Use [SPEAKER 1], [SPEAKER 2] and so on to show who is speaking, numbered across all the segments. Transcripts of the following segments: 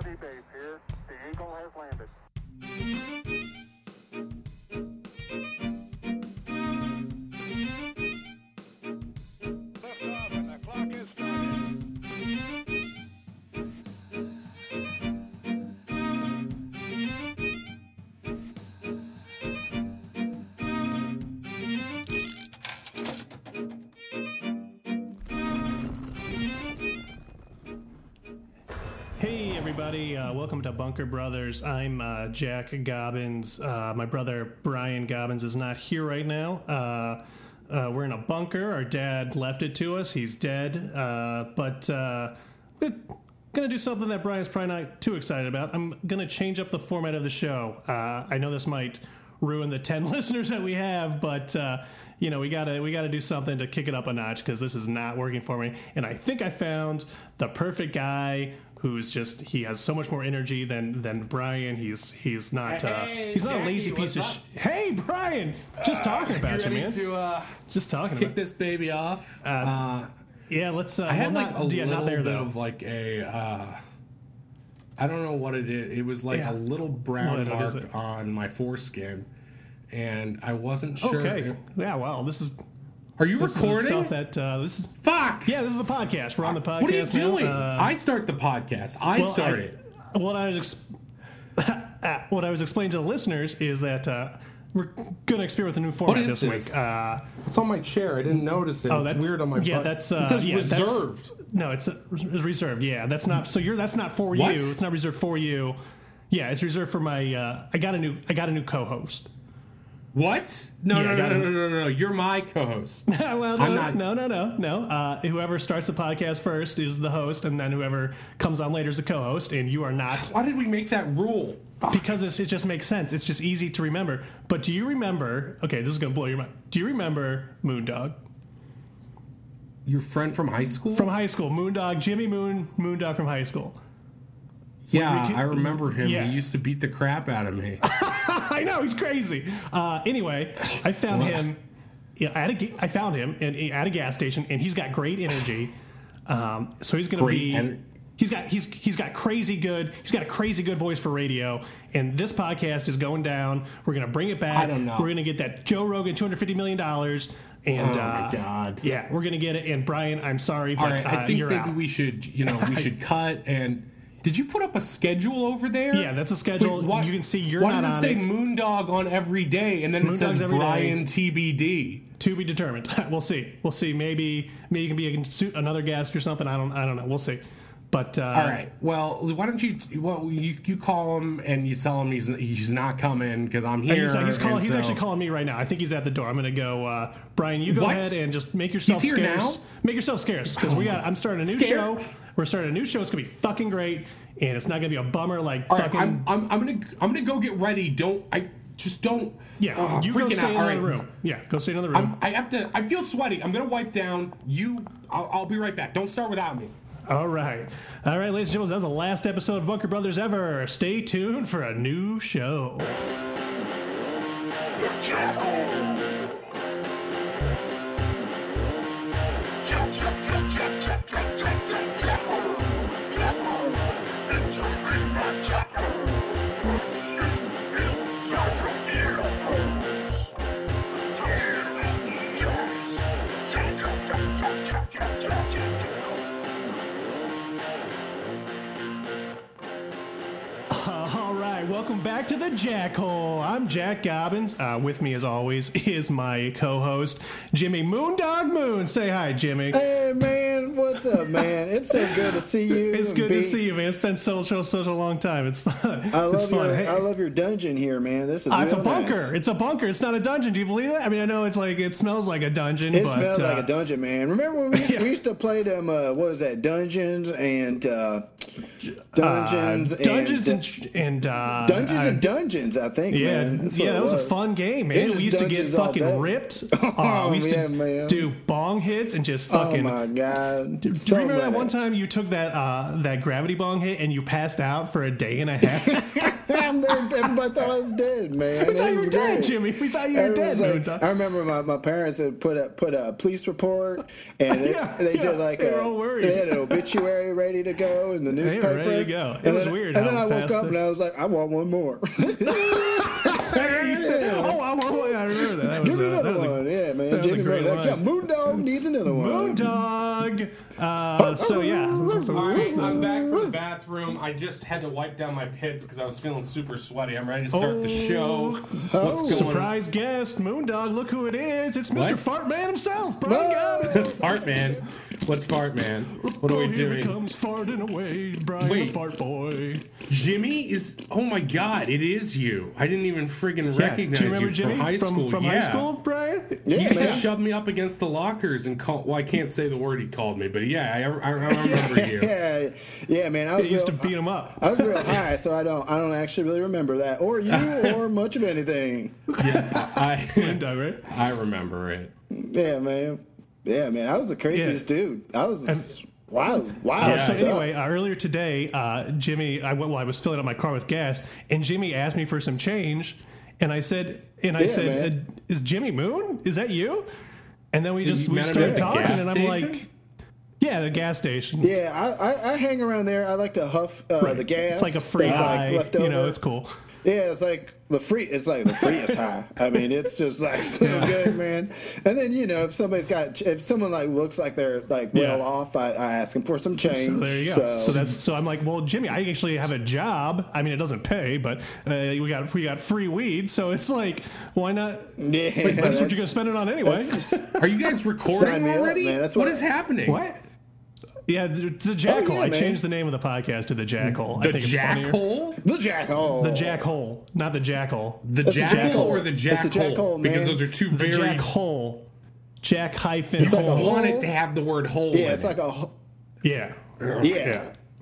[SPEAKER 1] Repair. The Eagle has landed. Liftoff and the clock is started.
[SPEAKER 2] Hey everybody, uh, welcome to Bunker Brothers. I'm uh, Jack Gobbins. Uh, my brother Brian Gobbins is not here right now. Uh, uh, we're in a bunker. Our dad left it to us. He's dead. Uh, but uh, we're gonna do something that Brian's probably not too excited about. I'm gonna change up the format of the show. Uh, I know this might ruin the ten listeners that we have, but uh, you know we gotta we gotta do something to kick it up a notch because this is not working for me. And I think I found the perfect guy who's just he has so much more energy than than Brian. He's he's not uh,
[SPEAKER 3] Hey,
[SPEAKER 2] he's not a
[SPEAKER 3] Jackie,
[SPEAKER 2] lazy piece of.
[SPEAKER 3] what's
[SPEAKER 2] Sh- hey, Brian, just talking
[SPEAKER 3] You
[SPEAKER 2] about you,
[SPEAKER 3] ready
[SPEAKER 2] man.
[SPEAKER 3] to uh,
[SPEAKER 2] just talking
[SPEAKER 3] kick
[SPEAKER 2] about.
[SPEAKER 3] this baby off? Uh,
[SPEAKER 2] yeah, let's. Uh,
[SPEAKER 3] I had
[SPEAKER 2] well,
[SPEAKER 3] like
[SPEAKER 2] not,
[SPEAKER 3] a
[SPEAKER 2] yeah,
[SPEAKER 3] little
[SPEAKER 2] not there
[SPEAKER 3] bit
[SPEAKER 2] though.
[SPEAKER 3] of like a. Uh, I don't know what it is. It was like
[SPEAKER 2] Yeah.
[SPEAKER 3] a little brown
[SPEAKER 2] What- what is it?
[SPEAKER 3] mark on my foreskin, and I wasn't sure.
[SPEAKER 2] Okay. Yeah. Wow. This is
[SPEAKER 3] Are you
[SPEAKER 2] This is the
[SPEAKER 3] recording?
[SPEAKER 2] stuff that uh, this is.
[SPEAKER 3] Fuck!
[SPEAKER 2] Yeah, this is the podcast. We're on the podcast.
[SPEAKER 3] what are you
[SPEAKER 2] now.
[SPEAKER 3] doing?
[SPEAKER 2] Uh,
[SPEAKER 3] I start the podcast. I
[SPEAKER 2] well,
[SPEAKER 3] start it.
[SPEAKER 2] I, what I was ex- uh, what I was explaining to the listeners is that uh, we're going to experiment with a new format
[SPEAKER 3] is
[SPEAKER 2] this
[SPEAKER 3] this?
[SPEAKER 2] week. Uh,
[SPEAKER 3] It's on my chair. I didn't notice it. it's
[SPEAKER 2] Oh, that's-
[SPEAKER 3] weird on my.
[SPEAKER 2] yeah.
[SPEAKER 3] butt.
[SPEAKER 2] That's uh,
[SPEAKER 3] it says
[SPEAKER 2] yeah, that's-
[SPEAKER 3] reserved.
[SPEAKER 2] no, it's, uh, it's reserved. Yeah, that's not. So you're that's not for
[SPEAKER 3] What?
[SPEAKER 2] you. It's not reserved for you. Yeah, it's reserved for my. Uh, I got a new. I got a new co-host.
[SPEAKER 3] What? No,
[SPEAKER 2] Yeah, I
[SPEAKER 3] no, no,
[SPEAKER 2] got
[SPEAKER 3] no,
[SPEAKER 2] it.
[SPEAKER 3] no, no, no. You're my co-host.
[SPEAKER 2] well, no,
[SPEAKER 3] I'm not-
[SPEAKER 2] no, no, no, no. Uh, whoever starts the podcast first is the host, and then whoever comes on later is a co-host, and you are not
[SPEAKER 3] Why did we make that rule?
[SPEAKER 2] because it's, it just makes sense. It's just easy to remember. But do you remember? Okay, this is gonna blow your mind. Do you remember Moondog
[SPEAKER 3] Your friend from high school?
[SPEAKER 2] from high school? Moondog, Jimmy Moon, Moondog from high school.
[SPEAKER 3] Yeah,
[SPEAKER 2] Ricky-
[SPEAKER 3] I remember him.
[SPEAKER 2] Yeah.
[SPEAKER 3] He used to beat the crap out of me.
[SPEAKER 2] I know he's crazy. Uh, anyway, I found him. Yeah, at a ga- I found him in, at a gas station, and he's got great energy. Um, so he's going to
[SPEAKER 3] Great
[SPEAKER 2] be.
[SPEAKER 3] ener-
[SPEAKER 2] he's got he's he's got crazy good. He's got a crazy good voice for radio, and this podcast is going down. We're going to bring it back.
[SPEAKER 3] I don't know.
[SPEAKER 2] We're going to get that Joe Rogan two hundred fifty million dollars. And
[SPEAKER 3] Oh, my
[SPEAKER 2] uh,
[SPEAKER 3] God.
[SPEAKER 2] Yeah, we're going to get it. And Brian, I'm sorry, but
[SPEAKER 3] All right,
[SPEAKER 2] uh,
[SPEAKER 3] I think
[SPEAKER 2] you're
[SPEAKER 3] maybe
[SPEAKER 2] out.
[SPEAKER 3] we should, you know, we should cut. And did you put up a schedule over there?
[SPEAKER 2] Yeah, that's a schedule.
[SPEAKER 3] why-
[SPEAKER 2] You can see you're
[SPEAKER 3] Why
[SPEAKER 2] not
[SPEAKER 3] does it
[SPEAKER 2] on
[SPEAKER 3] say
[SPEAKER 2] it.
[SPEAKER 3] Moondog on every day, and then it
[SPEAKER 2] Moondog's
[SPEAKER 3] says
[SPEAKER 2] every day.
[SPEAKER 3] Brian TBD?
[SPEAKER 2] to be determined. we'll see. We'll see. Maybe maybe you can be against another guest or something. I don't. I don't know. We'll see. But uh,
[SPEAKER 3] All right. Well, why don't you? Well, you, you call him and you tell him he's he's not coming because I'm
[SPEAKER 2] and
[SPEAKER 3] here.
[SPEAKER 2] he's, he's calling.
[SPEAKER 3] and
[SPEAKER 2] He's
[SPEAKER 3] so-
[SPEAKER 2] actually calling me right now. I think he's at the door. I'm gonna go. Uh, Brian, you go
[SPEAKER 3] What?
[SPEAKER 2] ahead and just make yourself
[SPEAKER 3] He's here
[SPEAKER 2] scarce.
[SPEAKER 3] now?
[SPEAKER 2] Make yourself scarce because we got. I'm starting a new show.
[SPEAKER 3] Scared?
[SPEAKER 2] We're starting a new show. It's gonna be fucking great, and it's not gonna be a bummer like
[SPEAKER 3] All right,
[SPEAKER 2] fucking.
[SPEAKER 3] I'm, I'm I'm gonna I'm gonna go get ready. Don't I just don't.
[SPEAKER 2] yeah,
[SPEAKER 3] Oh, I'm
[SPEAKER 2] you go
[SPEAKER 3] freaking
[SPEAKER 2] stay
[SPEAKER 3] out.
[SPEAKER 2] in
[SPEAKER 3] All
[SPEAKER 2] another
[SPEAKER 3] right.
[SPEAKER 2] room. Yeah, go stay in another room.
[SPEAKER 3] I have to. I feel sweaty. I'm gonna wipe down. You. I'll, I'll be right back. Don't start without me.
[SPEAKER 2] All right, all right, ladies and gentlemen, that was the last episode of Bunker Brothers ever. Stay tuned for a new show.
[SPEAKER 4] The Jackal. Jack, Jack, Jack, Jack, Jack, Jack, Jack, Jack, Jackal. Jackal. Into me, my Jackal. Put me inside your ear holes. Tears, ears. Jackal, Jack, Jack, Jack, Jack, Jack, Jack, Jackal.
[SPEAKER 2] Uh, All right, welcome back to the Jackhole. I'm Jack Gobbins. Uh, with me, as always, is my co-host Jimmy Moondog Moon. Say hi, Jimmy.
[SPEAKER 5] Hey man, what's up, man? It's so good to see you.
[SPEAKER 2] it's
[SPEAKER 5] and
[SPEAKER 2] good
[SPEAKER 5] be-
[SPEAKER 2] to see you, man. It's been so so such a long time. It's fun.
[SPEAKER 5] I love
[SPEAKER 2] it's fun.
[SPEAKER 5] your
[SPEAKER 2] Hey,
[SPEAKER 5] I love your dungeon here, man. This is
[SPEAKER 2] uh, it's a
[SPEAKER 5] real nice.
[SPEAKER 2] bunker. It's a bunker. It's not a dungeon. Do you believe that? I mean, I know it's like it smells like a dungeon,
[SPEAKER 5] It
[SPEAKER 2] but
[SPEAKER 5] smells
[SPEAKER 2] uh,
[SPEAKER 5] like a dungeon, man. Remember when we used,
[SPEAKER 2] Yeah.
[SPEAKER 5] we used to play them? Uh, what was that? Dungeons and uh, dungeons,
[SPEAKER 2] Uh, dungeons and
[SPEAKER 5] and,
[SPEAKER 2] and uh,
[SPEAKER 5] Dungeons
[SPEAKER 2] I-
[SPEAKER 5] and Dungeons, I think.
[SPEAKER 2] Yeah,
[SPEAKER 5] man. That's what
[SPEAKER 2] yeah,
[SPEAKER 5] it
[SPEAKER 2] that was a fun game,
[SPEAKER 5] It
[SPEAKER 2] man.
[SPEAKER 5] was
[SPEAKER 2] We used to get
[SPEAKER 5] dungeons all day.
[SPEAKER 2] fucking ripped. Uh, we used
[SPEAKER 5] yeah,
[SPEAKER 2] to
[SPEAKER 5] man.
[SPEAKER 2] do bong hits and just
[SPEAKER 5] Oh
[SPEAKER 2] fucking.
[SPEAKER 5] my god!
[SPEAKER 2] Do you remember that one time you took that uh, that gravity bong hit and you passed out for a day and a half?
[SPEAKER 5] time? Everybody thought I was dead, man.
[SPEAKER 2] we
[SPEAKER 5] It
[SPEAKER 2] thought you were
[SPEAKER 5] was
[SPEAKER 2] dead,
[SPEAKER 5] great.
[SPEAKER 2] Jimmy. We thought you were dead.
[SPEAKER 5] Everyone's
[SPEAKER 2] dude.
[SPEAKER 5] like- I remember my, my parents had put a put a police report, and they,
[SPEAKER 2] Yeah,
[SPEAKER 5] they
[SPEAKER 2] yeah,
[SPEAKER 5] did like
[SPEAKER 2] they
[SPEAKER 5] a,
[SPEAKER 2] were all worried.
[SPEAKER 5] they had an obituary ready to go in the
[SPEAKER 2] were
[SPEAKER 5] newspaper.
[SPEAKER 2] ready to go. It
[SPEAKER 5] And
[SPEAKER 2] was
[SPEAKER 5] then-
[SPEAKER 2] weird
[SPEAKER 5] And then
[SPEAKER 2] how
[SPEAKER 5] I woke
[SPEAKER 2] fast
[SPEAKER 5] up
[SPEAKER 2] they-
[SPEAKER 5] and I was like, I want one more.
[SPEAKER 2] You said- oh, I, I- I remember that. That was,
[SPEAKER 5] Give me
[SPEAKER 2] uh,
[SPEAKER 5] another
[SPEAKER 2] that was a-
[SPEAKER 5] one, yeah, man.
[SPEAKER 2] that was a
[SPEAKER 5] Jimmy
[SPEAKER 2] great
[SPEAKER 5] Miller, like, yeah,
[SPEAKER 2] line.
[SPEAKER 5] Moondog needs another one.
[SPEAKER 2] Moondog. Uh, so yeah,
[SPEAKER 3] All right, I'm back from the bathroom. I just had to wipe down my pits because I was feeling super sweaty. I'm ready to start
[SPEAKER 2] Oh.
[SPEAKER 3] the show. What's going
[SPEAKER 2] surprise guest, Moondog. Look who it is! It's Mr.
[SPEAKER 3] What?
[SPEAKER 2] Fartman himself, Brian Gobbins.
[SPEAKER 3] on? Fart man. What's fart man? What are
[SPEAKER 2] oh,
[SPEAKER 3] we
[SPEAKER 2] here he
[SPEAKER 3] doing?
[SPEAKER 2] comes farting away, Brian
[SPEAKER 3] Wait.
[SPEAKER 2] the Fart Boy.
[SPEAKER 3] Jimmy is. Oh my God! It is you. I didn't even friggin' recognize
[SPEAKER 2] Do you remember
[SPEAKER 3] from
[SPEAKER 2] Jimmy
[SPEAKER 3] high
[SPEAKER 2] from,
[SPEAKER 3] school.
[SPEAKER 2] from
[SPEAKER 3] yeah.
[SPEAKER 2] high school, Brian?
[SPEAKER 5] Yeah,
[SPEAKER 3] He used to
[SPEAKER 5] man.
[SPEAKER 3] shove me up against the lockers and call. Well, I can't say the word he called me, but yeah, I, I, I remember you.
[SPEAKER 5] yeah, yeah, man. I was
[SPEAKER 2] He used to
[SPEAKER 5] real,
[SPEAKER 2] beat him up.
[SPEAKER 5] I was real high, so I don't I don't actually really remember that, or you, or much of anything.
[SPEAKER 3] Yeah, I,
[SPEAKER 2] Moondog, right?
[SPEAKER 3] I remember it.
[SPEAKER 5] Yeah, man. Yeah, man. I was the craziest dude. I was wild, wild.
[SPEAKER 2] Uh, so
[SPEAKER 5] stuff.
[SPEAKER 2] anyway, uh, earlier today, uh, Jimmy, I went, well, I was filling up my car with gas, and Jimmy asked me for some change, and I said, and I
[SPEAKER 5] Yeah,
[SPEAKER 2] said,
[SPEAKER 5] man.
[SPEAKER 2] uh, "Is Jimmy Moon? Is that you?" And then we just
[SPEAKER 3] you
[SPEAKER 2] we
[SPEAKER 3] met him
[SPEAKER 2] started
[SPEAKER 3] at the
[SPEAKER 2] talking,
[SPEAKER 3] gas
[SPEAKER 2] and I'm
[SPEAKER 3] station?
[SPEAKER 2] like, "Yeah, the gas station.
[SPEAKER 5] yeah, I, I, I hang around there. I like to huff uh, the gas.
[SPEAKER 2] It's like a free
[SPEAKER 5] that's,
[SPEAKER 2] high.
[SPEAKER 5] left
[SPEAKER 2] you know,
[SPEAKER 5] over.
[SPEAKER 2] it's cool.
[SPEAKER 5] Yeah, it's like the free. It's like the free is high. I mean, it's just like so good, man. And then you know, if somebody's got, if someone like looks like they're like well
[SPEAKER 2] Yeah.
[SPEAKER 5] off, I, I ask them for some change.
[SPEAKER 2] So there you go. So, that's so I'm like, well, Jimmy, I actually have a job. I mean, it doesn't pay, but uh, we got we got free weed, so it's like, why not?
[SPEAKER 5] yeah,
[SPEAKER 2] That's what you're gonna spend it on anyway.
[SPEAKER 5] that's-
[SPEAKER 3] Are you guys
[SPEAKER 5] Sign
[SPEAKER 3] recording
[SPEAKER 5] me up,
[SPEAKER 3] already?
[SPEAKER 5] man. That's
[SPEAKER 3] what
[SPEAKER 5] what- Oh,
[SPEAKER 3] is happening?
[SPEAKER 2] What? Yeah, the, the Jackal.
[SPEAKER 5] yeah,
[SPEAKER 2] I
[SPEAKER 5] man.
[SPEAKER 2] changed the name of the podcast to the Jackal. I
[SPEAKER 3] The
[SPEAKER 2] think It's funnier.
[SPEAKER 3] jackhole?
[SPEAKER 5] the oh. jackhole.
[SPEAKER 2] The Jackhole, not the Jackal.
[SPEAKER 3] The
[SPEAKER 5] That's a
[SPEAKER 3] jackhole
[SPEAKER 5] jackhole.
[SPEAKER 3] or the
[SPEAKER 5] That's a
[SPEAKER 3] jackhole?
[SPEAKER 5] jackhole,
[SPEAKER 3] Because
[SPEAKER 5] man.
[SPEAKER 3] those are two
[SPEAKER 2] the
[SPEAKER 3] very.
[SPEAKER 2] Jackhole. Jack hyphen
[SPEAKER 5] like a
[SPEAKER 3] I
[SPEAKER 2] hole.
[SPEAKER 5] hole.
[SPEAKER 3] wanted to have the word hole.
[SPEAKER 5] yeah,
[SPEAKER 3] in
[SPEAKER 5] it's
[SPEAKER 3] it.
[SPEAKER 5] like a ho-
[SPEAKER 2] Yeah.
[SPEAKER 5] yeah,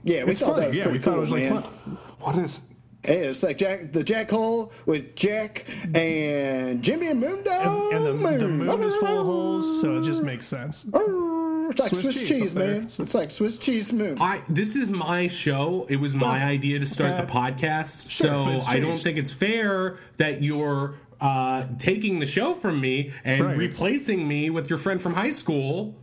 [SPEAKER 5] yeah. we
[SPEAKER 2] It's
[SPEAKER 5] thought that
[SPEAKER 2] funny.
[SPEAKER 5] was
[SPEAKER 2] Yeah,
[SPEAKER 5] pretty
[SPEAKER 2] we thought it
[SPEAKER 5] cool,
[SPEAKER 2] was like
[SPEAKER 5] man.
[SPEAKER 2] fun.
[SPEAKER 3] What is.
[SPEAKER 5] Hey, it's like Jack the Jackhole with Jack and Jimmy and Moondog.
[SPEAKER 2] And the, the
[SPEAKER 5] Moon.
[SPEAKER 2] moon is full of holes, so it just makes sense.
[SPEAKER 5] Oh. It's like
[SPEAKER 2] Swiss
[SPEAKER 5] Swiss,
[SPEAKER 2] cheese
[SPEAKER 5] cheese,
[SPEAKER 2] up there.
[SPEAKER 5] man. It's like Swiss cheese moon.
[SPEAKER 3] I, this is my show. It was my idea to start the podcast,
[SPEAKER 2] but
[SPEAKER 3] so
[SPEAKER 2] it's
[SPEAKER 3] I don't
[SPEAKER 2] changed.
[SPEAKER 3] think it's fair that you're uh, taking the show from me and
[SPEAKER 2] Right, it's-
[SPEAKER 3] replacing me with your friend from high school.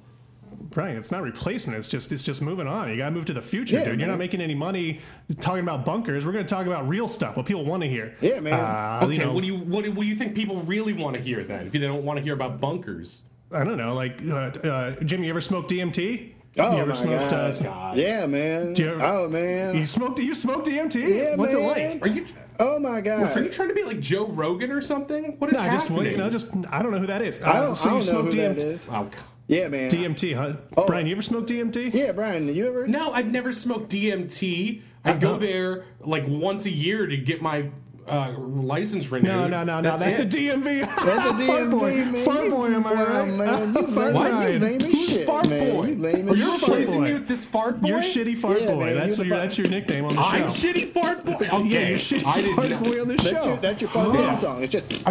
[SPEAKER 2] Brian, it's not replacement. It's just it's just moving on. You got to move to the future,
[SPEAKER 5] Yeah,
[SPEAKER 2] dude. You're
[SPEAKER 5] man.
[SPEAKER 2] not making any money talking about bunkers. We're going to talk about real stuff, what people want to hear.
[SPEAKER 5] Yeah, man.
[SPEAKER 2] Uh,
[SPEAKER 3] Okay,
[SPEAKER 2] you know,
[SPEAKER 3] what do you what do, what do you think people really want to hear then? If they don't want to hear about bunkers,
[SPEAKER 2] I don't know. Like, uh, uh, Jimmy, you ever smoked DMT?
[SPEAKER 5] Oh,
[SPEAKER 2] you ever
[SPEAKER 5] my
[SPEAKER 2] smoked,
[SPEAKER 5] God.
[SPEAKER 2] Uh,
[SPEAKER 5] yeah, man.
[SPEAKER 2] Do you ever-
[SPEAKER 5] oh man.
[SPEAKER 2] you smoked. You smoked DMT.
[SPEAKER 5] yeah,
[SPEAKER 2] What's
[SPEAKER 5] man.
[SPEAKER 2] it like?
[SPEAKER 3] are you
[SPEAKER 5] Oh my god.
[SPEAKER 3] are you trying to be like Joe Rogan or something? What is
[SPEAKER 2] No, I just
[SPEAKER 3] happening?
[SPEAKER 2] wait. No, just I don't know who that is.
[SPEAKER 5] I don't,
[SPEAKER 2] Uh, so
[SPEAKER 5] I
[SPEAKER 2] you
[SPEAKER 5] don't know
[SPEAKER 2] smoked
[SPEAKER 5] who that
[SPEAKER 2] DMT?
[SPEAKER 5] is.
[SPEAKER 3] Oh, God.
[SPEAKER 5] Yeah, man.
[SPEAKER 2] DMT, huh? Brian, you ever smoked DMT?
[SPEAKER 5] Yeah, Brian. You ever?
[SPEAKER 3] no, I've never smoked DMT. I
[SPEAKER 2] Uh-huh.
[SPEAKER 3] go there like once a year to get my uh, license renewed.
[SPEAKER 2] No, no, no, no. That's,
[SPEAKER 3] it.
[SPEAKER 2] a DMV.
[SPEAKER 5] That's a
[SPEAKER 2] Fart
[SPEAKER 5] DMV,
[SPEAKER 2] boy.
[SPEAKER 5] man.
[SPEAKER 2] Fart
[SPEAKER 5] You-
[SPEAKER 2] boy, am I
[SPEAKER 5] wow,
[SPEAKER 2] right?
[SPEAKER 5] man, you
[SPEAKER 2] Fart
[SPEAKER 5] lame-
[SPEAKER 2] boy.
[SPEAKER 5] you lame as
[SPEAKER 2] Who's
[SPEAKER 5] shit,
[SPEAKER 2] fart
[SPEAKER 5] man.
[SPEAKER 2] boy?
[SPEAKER 5] You lame
[SPEAKER 2] Are
[SPEAKER 5] as
[SPEAKER 2] you
[SPEAKER 3] You're
[SPEAKER 5] shit.
[SPEAKER 2] fart
[SPEAKER 3] replacing
[SPEAKER 2] boy.
[SPEAKER 3] me with this fart boy.
[SPEAKER 2] You're shitty fart
[SPEAKER 5] Yeah,
[SPEAKER 2] boy.
[SPEAKER 5] man,
[SPEAKER 2] that's
[SPEAKER 5] you're
[SPEAKER 2] your
[SPEAKER 5] the
[SPEAKER 2] that's your nickname on the
[SPEAKER 3] I'm
[SPEAKER 2] show.
[SPEAKER 3] shitty fart boy. Okay,
[SPEAKER 2] Yeah, you're shitty
[SPEAKER 3] I did
[SPEAKER 2] fart
[SPEAKER 3] not-
[SPEAKER 2] boy on the
[SPEAKER 5] That's
[SPEAKER 2] show.
[SPEAKER 5] your, that's your fun
[SPEAKER 3] Yeah.
[SPEAKER 5] yeah. song. It's just.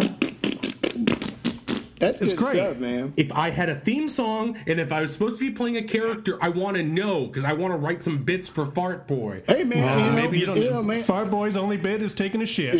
[SPEAKER 5] That's
[SPEAKER 2] It's
[SPEAKER 5] good
[SPEAKER 2] great.
[SPEAKER 5] stuff, man.
[SPEAKER 3] If I had a theme song and if I was supposed to be playing a character, I want to know because I want to write some bits for Fart Boy.
[SPEAKER 5] Hey, man.
[SPEAKER 2] Oh,
[SPEAKER 3] Wow.
[SPEAKER 5] you know,
[SPEAKER 3] Maybe
[SPEAKER 5] maybe
[SPEAKER 3] you
[SPEAKER 5] you,
[SPEAKER 3] don't-
[SPEAKER 5] know, man.
[SPEAKER 2] Fart boy's only bit is taking a shit.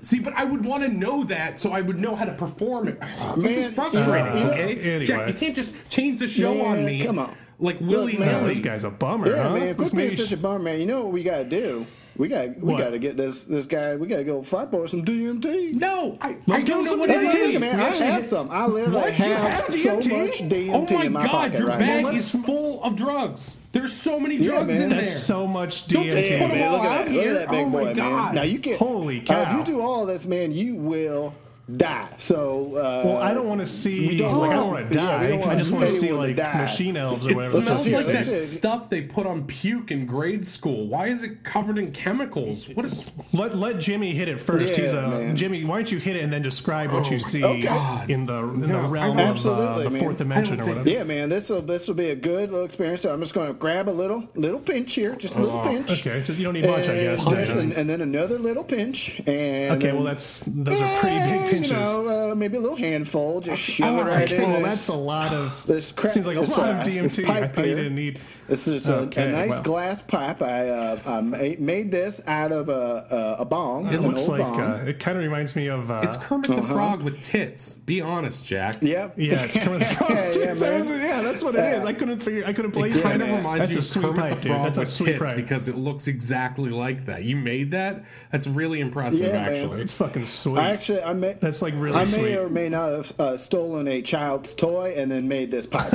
[SPEAKER 3] See, but I would want to know that so I would know how to perform it. this is
[SPEAKER 5] Ah, Man,
[SPEAKER 3] frustrating.
[SPEAKER 5] you know-
[SPEAKER 3] okay,
[SPEAKER 2] Ah, Anyway.
[SPEAKER 3] Jack, you can't just change the show
[SPEAKER 5] Man,
[SPEAKER 3] on me.
[SPEAKER 5] come on.
[SPEAKER 3] like Willie
[SPEAKER 5] man.
[SPEAKER 2] Oh,
[SPEAKER 3] nilly.
[SPEAKER 2] this guy's a bummer,
[SPEAKER 5] Yeah,
[SPEAKER 2] huh?
[SPEAKER 5] man.
[SPEAKER 2] This
[SPEAKER 5] Quit being
[SPEAKER 2] maybe-
[SPEAKER 5] such a bum, man. You know what we gotta do? We got we
[SPEAKER 2] What?
[SPEAKER 5] gotta get this this guy. We gotta go fight boy some DMT.
[SPEAKER 3] No, I, I
[SPEAKER 2] Let's give him
[SPEAKER 3] don't know
[SPEAKER 2] some
[SPEAKER 3] what
[SPEAKER 5] Hey,
[SPEAKER 3] it
[SPEAKER 2] DMT,
[SPEAKER 5] look,
[SPEAKER 3] is.
[SPEAKER 5] man,
[SPEAKER 3] We
[SPEAKER 5] I
[SPEAKER 3] actually
[SPEAKER 5] have
[SPEAKER 3] had-
[SPEAKER 5] some. I literally
[SPEAKER 2] What? You
[SPEAKER 5] have,
[SPEAKER 2] have
[SPEAKER 5] so
[SPEAKER 2] DMT?
[SPEAKER 5] much DMT
[SPEAKER 3] Oh my
[SPEAKER 5] in my
[SPEAKER 3] god,
[SPEAKER 5] pocket
[SPEAKER 3] your
[SPEAKER 5] right
[SPEAKER 3] bag
[SPEAKER 5] now.
[SPEAKER 2] let's-
[SPEAKER 3] is full of drugs. There's so many
[SPEAKER 5] Yeah,
[SPEAKER 3] drugs
[SPEAKER 5] man.
[SPEAKER 3] in
[SPEAKER 2] That's
[SPEAKER 3] there.
[SPEAKER 2] so much
[SPEAKER 3] Don't just
[SPEAKER 2] DMT,
[SPEAKER 3] put 'em
[SPEAKER 2] man.
[SPEAKER 5] man, look
[SPEAKER 3] all
[SPEAKER 5] at
[SPEAKER 3] out
[SPEAKER 5] that, look
[SPEAKER 3] here.
[SPEAKER 5] at that big
[SPEAKER 3] Oh my
[SPEAKER 5] boy,
[SPEAKER 3] God.
[SPEAKER 5] man. Now you can
[SPEAKER 2] Holy
[SPEAKER 5] Uh,
[SPEAKER 2] cow.
[SPEAKER 5] if you do all this, man, you will die. So uh,
[SPEAKER 2] Well, I don't want to see.
[SPEAKER 5] we don't
[SPEAKER 2] like, I don't
[SPEAKER 5] want-
[SPEAKER 2] want to
[SPEAKER 5] yeah, we
[SPEAKER 2] die.
[SPEAKER 5] don't want
[SPEAKER 2] I just want to see
[SPEAKER 5] anyone to
[SPEAKER 2] like
[SPEAKER 5] die.
[SPEAKER 2] machine elves or
[SPEAKER 3] It
[SPEAKER 2] whatever.
[SPEAKER 3] smells
[SPEAKER 5] just
[SPEAKER 3] like
[SPEAKER 5] here.
[SPEAKER 3] that
[SPEAKER 5] Let's-
[SPEAKER 3] stuff they put on puke in grade school. Why is it covered in chemicals? What is?
[SPEAKER 2] Let let Jimmy hit it first.
[SPEAKER 5] Yeah,
[SPEAKER 2] He's a
[SPEAKER 5] man. Oh,
[SPEAKER 2] Jimmy. Why don't you hit it and then describe what you see
[SPEAKER 5] Okay.
[SPEAKER 2] in the in
[SPEAKER 3] No,
[SPEAKER 2] the realm of uh,
[SPEAKER 5] absolutely,
[SPEAKER 2] the
[SPEAKER 5] man.
[SPEAKER 2] fourth dimension or
[SPEAKER 3] I don't
[SPEAKER 2] whatever?
[SPEAKER 3] think-
[SPEAKER 5] Yeah, man, this will this will be a good little experience. So I'm just going to grab a little little pinch here, just a little pinch.
[SPEAKER 2] Oh, Okay, just you don't need much, I
[SPEAKER 5] And
[SPEAKER 2] guess.
[SPEAKER 5] just
[SPEAKER 2] Yeah.
[SPEAKER 5] an- and then another little pinch. And
[SPEAKER 2] Okay,
[SPEAKER 5] then-
[SPEAKER 2] well that's those are pretty
[SPEAKER 5] Eh,
[SPEAKER 2] big pinches.
[SPEAKER 5] You know, uh, maybe a little handful. Just shove it
[SPEAKER 3] all
[SPEAKER 5] right
[SPEAKER 3] right.
[SPEAKER 5] in.
[SPEAKER 2] well,
[SPEAKER 5] there.
[SPEAKER 2] that's a lot of.
[SPEAKER 5] This crap-
[SPEAKER 2] seems like a
[SPEAKER 5] it's
[SPEAKER 2] lot
[SPEAKER 5] a-
[SPEAKER 2] of DMT.
[SPEAKER 5] it's pipe
[SPEAKER 2] I thought you
[SPEAKER 5] here.
[SPEAKER 2] didn't need.
[SPEAKER 5] This is a,
[SPEAKER 2] Okay,
[SPEAKER 5] a nice
[SPEAKER 2] well.
[SPEAKER 5] glass pipe. I, uh, I ma- made this out of a, a, a bong.
[SPEAKER 2] It
[SPEAKER 5] an
[SPEAKER 2] looks like
[SPEAKER 5] old bong.
[SPEAKER 2] uh, it kind of reminds me of. Uh,
[SPEAKER 3] It's Kermit the
[SPEAKER 5] Uh-huh.
[SPEAKER 3] Frog with tits. Be honest, Jack.
[SPEAKER 5] Yep.
[SPEAKER 2] yeah, it's coming from.
[SPEAKER 5] Yeah, yeah,
[SPEAKER 2] Jeez, that was-
[SPEAKER 5] man.
[SPEAKER 2] yeah, that's what it is. I couldn't figure. I couldn't place
[SPEAKER 3] It kind of
[SPEAKER 2] it.
[SPEAKER 3] reminds
[SPEAKER 2] That's
[SPEAKER 3] you
[SPEAKER 2] a
[SPEAKER 3] of
[SPEAKER 2] sweet
[SPEAKER 3] Kermit
[SPEAKER 2] pipe,
[SPEAKER 3] the
[SPEAKER 2] dude.
[SPEAKER 3] Frog
[SPEAKER 2] That's a
[SPEAKER 3] with
[SPEAKER 2] sweet
[SPEAKER 3] tits
[SPEAKER 2] pipe.
[SPEAKER 3] because it looks exactly like that. You made that? That's really impressive,
[SPEAKER 5] Yeah, man.
[SPEAKER 3] actually.
[SPEAKER 2] It's fucking sweet.
[SPEAKER 5] I actually, I may,
[SPEAKER 2] That's like really
[SPEAKER 5] I may
[SPEAKER 2] sweet.
[SPEAKER 5] or may not have uh, stolen a child's toy and then made this pipe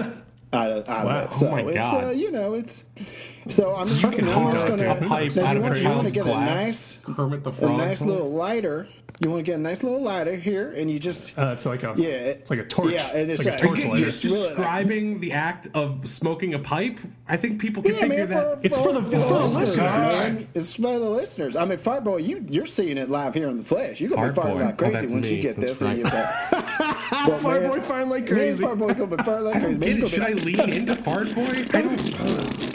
[SPEAKER 5] out of, out
[SPEAKER 2] Wow,
[SPEAKER 5] of it.
[SPEAKER 2] oh
[SPEAKER 5] So
[SPEAKER 3] my
[SPEAKER 5] it's,
[SPEAKER 3] God.
[SPEAKER 5] uh, you know, it's. So I'm just,
[SPEAKER 2] Fucking
[SPEAKER 5] now I'm
[SPEAKER 2] hard,
[SPEAKER 5] just going
[SPEAKER 2] dude.
[SPEAKER 5] to.
[SPEAKER 2] A pipe
[SPEAKER 5] now
[SPEAKER 3] out of
[SPEAKER 5] you
[SPEAKER 3] a
[SPEAKER 5] want, you want
[SPEAKER 3] child's
[SPEAKER 5] to get
[SPEAKER 3] glass.
[SPEAKER 5] a nice,
[SPEAKER 3] Kermit the
[SPEAKER 5] a
[SPEAKER 3] Frog.
[SPEAKER 5] nice little lighter. You want to get a nice little lighter here, and you just.
[SPEAKER 2] Uh, it's like a
[SPEAKER 5] Yeah, it-
[SPEAKER 2] it's like a torch.
[SPEAKER 5] yeah, and
[SPEAKER 2] it's,
[SPEAKER 5] it's
[SPEAKER 2] like a
[SPEAKER 5] like-
[SPEAKER 2] torch
[SPEAKER 5] you-
[SPEAKER 2] lighter.
[SPEAKER 3] just
[SPEAKER 5] Just really-
[SPEAKER 3] describing the act of smoking a pipe. I think people can
[SPEAKER 5] Yeah,
[SPEAKER 3] figure
[SPEAKER 5] man,
[SPEAKER 3] that.
[SPEAKER 2] It's for the- it's for the listeners,
[SPEAKER 5] man. It's for the listeners. I mean, Fireboy, you you're seeing it live here in the flesh. You're gonna be
[SPEAKER 3] Fireboy.
[SPEAKER 5] firing like
[SPEAKER 3] Oh,
[SPEAKER 5] crazy
[SPEAKER 3] that's
[SPEAKER 5] once
[SPEAKER 3] me.
[SPEAKER 5] you get
[SPEAKER 3] That's
[SPEAKER 5] this. and
[SPEAKER 3] right.
[SPEAKER 5] you bet. But, man,
[SPEAKER 2] Fireboy firing like
[SPEAKER 5] me and
[SPEAKER 2] crazy.
[SPEAKER 5] Fireboy gonna be firing like
[SPEAKER 3] I
[SPEAKER 5] crazy.
[SPEAKER 3] don't
[SPEAKER 5] Man,
[SPEAKER 3] get
[SPEAKER 5] you
[SPEAKER 3] it.
[SPEAKER 5] gonna
[SPEAKER 3] Should
[SPEAKER 5] be-
[SPEAKER 3] I lean into Fart Boy? I don't.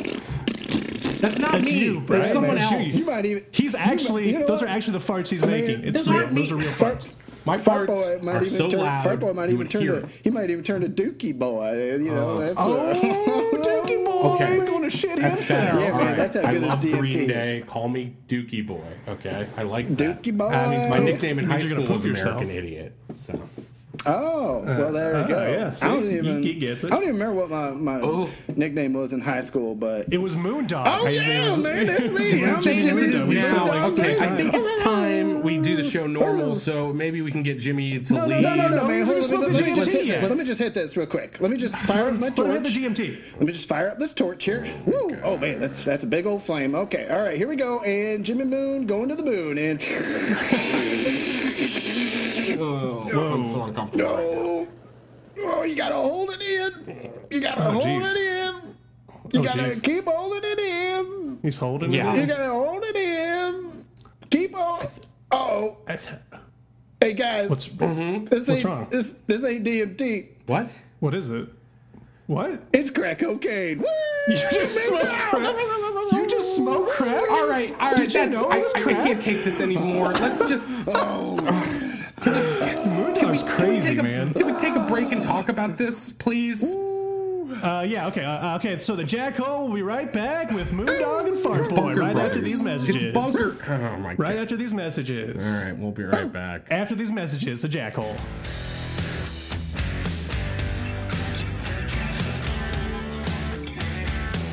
[SPEAKER 3] That's not
[SPEAKER 2] That's
[SPEAKER 3] me.
[SPEAKER 2] you, Brian.
[SPEAKER 3] That's someone
[SPEAKER 2] That's
[SPEAKER 3] else.
[SPEAKER 2] you.
[SPEAKER 5] You might even.
[SPEAKER 2] He's actually
[SPEAKER 5] you know
[SPEAKER 2] those are
[SPEAKER 5] what?
[SPEAKER 2] actually the farts he's making. It's
[SPEAKER 3] those
[SPEAKER 2] real.
[SPEAKER 3] aren't me.
[SPEAKER 2] those are real
[SPEAKER 5] Fart-
[SPEAKER 2] farts.
[SPEAKER 3] My
[SPEAKER 5] Fart
[SPEAKER 3] farts
[SPEAKER 5] boy might
[SPEAKER 3] are
[SPEAKER 5] even
[SPEAKER 3] so
[SPEAKER 5] turn.
[SPEAKER 3] loud,
[SPEAKER 5] Fart boy might
[SPEAKER 3] you
[SPEAKER 5] even
[SPEAKER 3] would
[SPEAKER 5] turn
[SPEAKER 3] hear
[SPEAKER 5] to.
[SPEAKER 3] it.
[SPEAKER 5] He might even turn to Dookie boy. You know.
[SPEAKER 3] Oh.
[SPEAKER 5] that's
[SPEAKER 2] Oh,
[SPEAKER 5] a-
[SPEAKER 2] Dookie boy
[SPEAKER 3] Okay.
[SPEAKER 2] going to shit
[SPEAKER 3] That's better.
[SPEAKER 2] himself.
[SPEAKER 5] Yeah, man,
[SPEAKER 3] All right.
[SPEAKER 5] that's how
[SPEAKER 3] I
[SPEAKER 5] good this
[SPEAKER 3] love
[SPEAKER 5] DMT
[SPEAKER 3] Green
[SPEAKER 5] is.
[SPEAKER 3] Day. Call me Dookie Boy. Okay, I like that.
[SPEAKER 5] Dookie boy.
[SPEAKER 2] That means
[SPEAKER 3] My nickname in
[SPEAKER 2] Means
[SPEAKER 3] high
[SPEAKER 2] you're gonna
[SPEAKER 3] school was
[SPEAKER 2] poop
[SPEAKER 3] American
[SPEAKER 2] yourself.
[SPEAKER 3] Idiot. So
[SPEAKER 5] Oh, well, there
[SPEAKER 3] Ah,
[SPEAKER 2] oh,
[SPEAKER 5] we go.
[SPEAKER 2] yeah, see?
[SPEAKER 5] I don't
[SPEAKER 2] He-
[SPEAKER 5] even.
[SPEAKER 2] he gets it.
[SPEAKER 5] I don't even remember what my, my
[SPEAKER 3] Oh.
[SPEAKER 5] nickname was in high school, but
[SPEAKER 2] It was Moondog.
[SPEAKER 5] Oh,
[SPEAKER 2] I think
[SPEAKER 5] yeah,
[SPEAKER 2] it was-
[SPEAKER 5] man, that's me.
[SPEAKER 2] It's
[SPEAKER 5] I'm
[SPEAKER 2] the
[SPEAKER 5] the
[SPEAKER 2] same
[SPEAKER 5] Jimmy
[SPEAKER 2] window.
[SPEAKER 5] the
[SPEAKER 2] We
[SPEAKER 5] Moondog
[SPEAKER 2] sound like
[SPEAKER 5] man.
[SPEAKER 2] okay.
[SPEAKER 3] okay, I
[SPEAKER 2] time.
[SPEAKER 3] think it's time we do the show normal. So maybe we can get Jimmy to
[SPEAKER 5] No,
[SPEAKER 3] leave.
[SPEAKER 5] no, no, no,
[SPEAKER 2] No,
[SPEAKER 5] no, man.
[SPEAKER 2] he's
[SPEAKER 5] Hold
[SPEAKER 2] just
[SPEAKER 5] on, let, me
[SPEAKER 2] smoking
[SPEAKER 5] just hit
[SPEAKER 2] GMT
[SPEAKER 5] this.
[SPEAKER 2] yet.
[SPEAKER 5] let me just hit this real quick. Let me just fire up my
[SPEAKER 2] Put him in
[SPEAKER 5] torch.
[SPEAKER 2] the GMT.
[SPEAKER 5] Let me just fire up this torch here. Woo. Oh man, that's that's a big old flame. Okay, all right, here we go. And Jimmy Moon going to the moon. And
[SPEAKER 3] Oh, I'm so uncomfortable. right now.
[SPEAKER 5] no, oh, you gotta hold it in. You gotta
[SPEAKER 2] Oh,
[SPEAKER 5] hold
[SPEAKER 2] jeez.
[SPEAKER 5] it in. You
[SPEAKER 2] Oh,
[SPEAKER 5] gotta
[SPEAKER 2] jeez. Mm.
[SPEAKER 5] keep holding it in.
[SPEAKER 2] He's holding
[SPEAKER 3] Yeah.
[SPEAKER 2] it.
[SPEAKER 5] You
[SPEAKER 2] in.
[SPEAKER 5] gotta hold it in. Keep on. Oh,
[SPEAKER 2] I th-
[SPEAKER 5] hey guys,
[SPEAKER 2] What's
[SPEAKER 3] Mm-hmm.
[SPEAKER 5] this
[SPEAKER 2] what's
[SPEAKER 5] ain't
[SPEAKER 2] wrong?
[SPEAKER 5] this this ain't DMT.
[SPEAKER 3] What?
[SPEAKER 2] what is it? What?
[SPEAKER 5] It's crack cocaine. Woo!
[SPEAKER 2] You just smoke crack. You just smoke crack.
[SPEAKER 3] All right, all right.
[SPEAKER 2] Did you
[SPEAKER 3] that's,
[SPEAKER 2] know
[SPEAKER 3] I,
[SPEAKER 2] it was
[SPEAKER 3] I, I
[SPEAKER 2] crack?
[SPEAKER 3] can't take this anymore. Let's just
[SPEAKER 2] Moondog's crazy,
[SPEAKER 3] take a,
[SPEAKER 2] man.
[SPEAKER 3] Can we take a break and talk about this, please?
[SPEAKER 2] Uh, yeah, okay, uh, okay. So the Jack Hole will be right back with Moondog and Farts Boy
[SPEAKER 3] Bunker
[SPEAKER 2] right after
[SPEAKER 3] Brothers.
[SPEAKER 2] these messages.
[SPEAKER 3] It's Bunker. Oh my
[SPEAKER 2] Right
[SPEAKER 3] god.
[SPEAKER 2] after these messages.
[SPEAKER 3] All right, we'll be right back.
[SPEAKER 2] After these messages, the Jack Hole.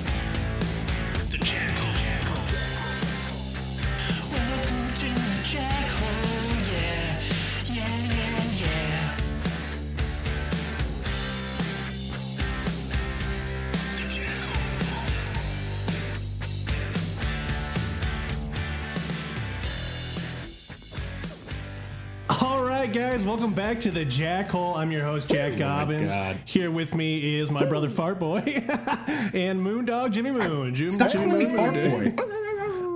[SPEAKER 6] The jackal. Welcome to the jackal, yeah, yeah, yeah, yeah. The jackal.
[SPEAKER 2] All right, guys, welcome back to the Jack Hole. I'm your host, Jack Gobbins.
[SPEAKER 3] Oh God.
[SPEAKER 2] Here with me is my brother Fart Boy and Moondog Jimmy Moon. Jim,
[SPEAKER 3] Stop
[SPEAKER 2] Jimmy
[SPEAKER 3] calling me
[SPEAKER 2] Moon,
[SPEAKER 3] Fart
[SPEAKER 2] dude.
[SPEAKER 3] Boy.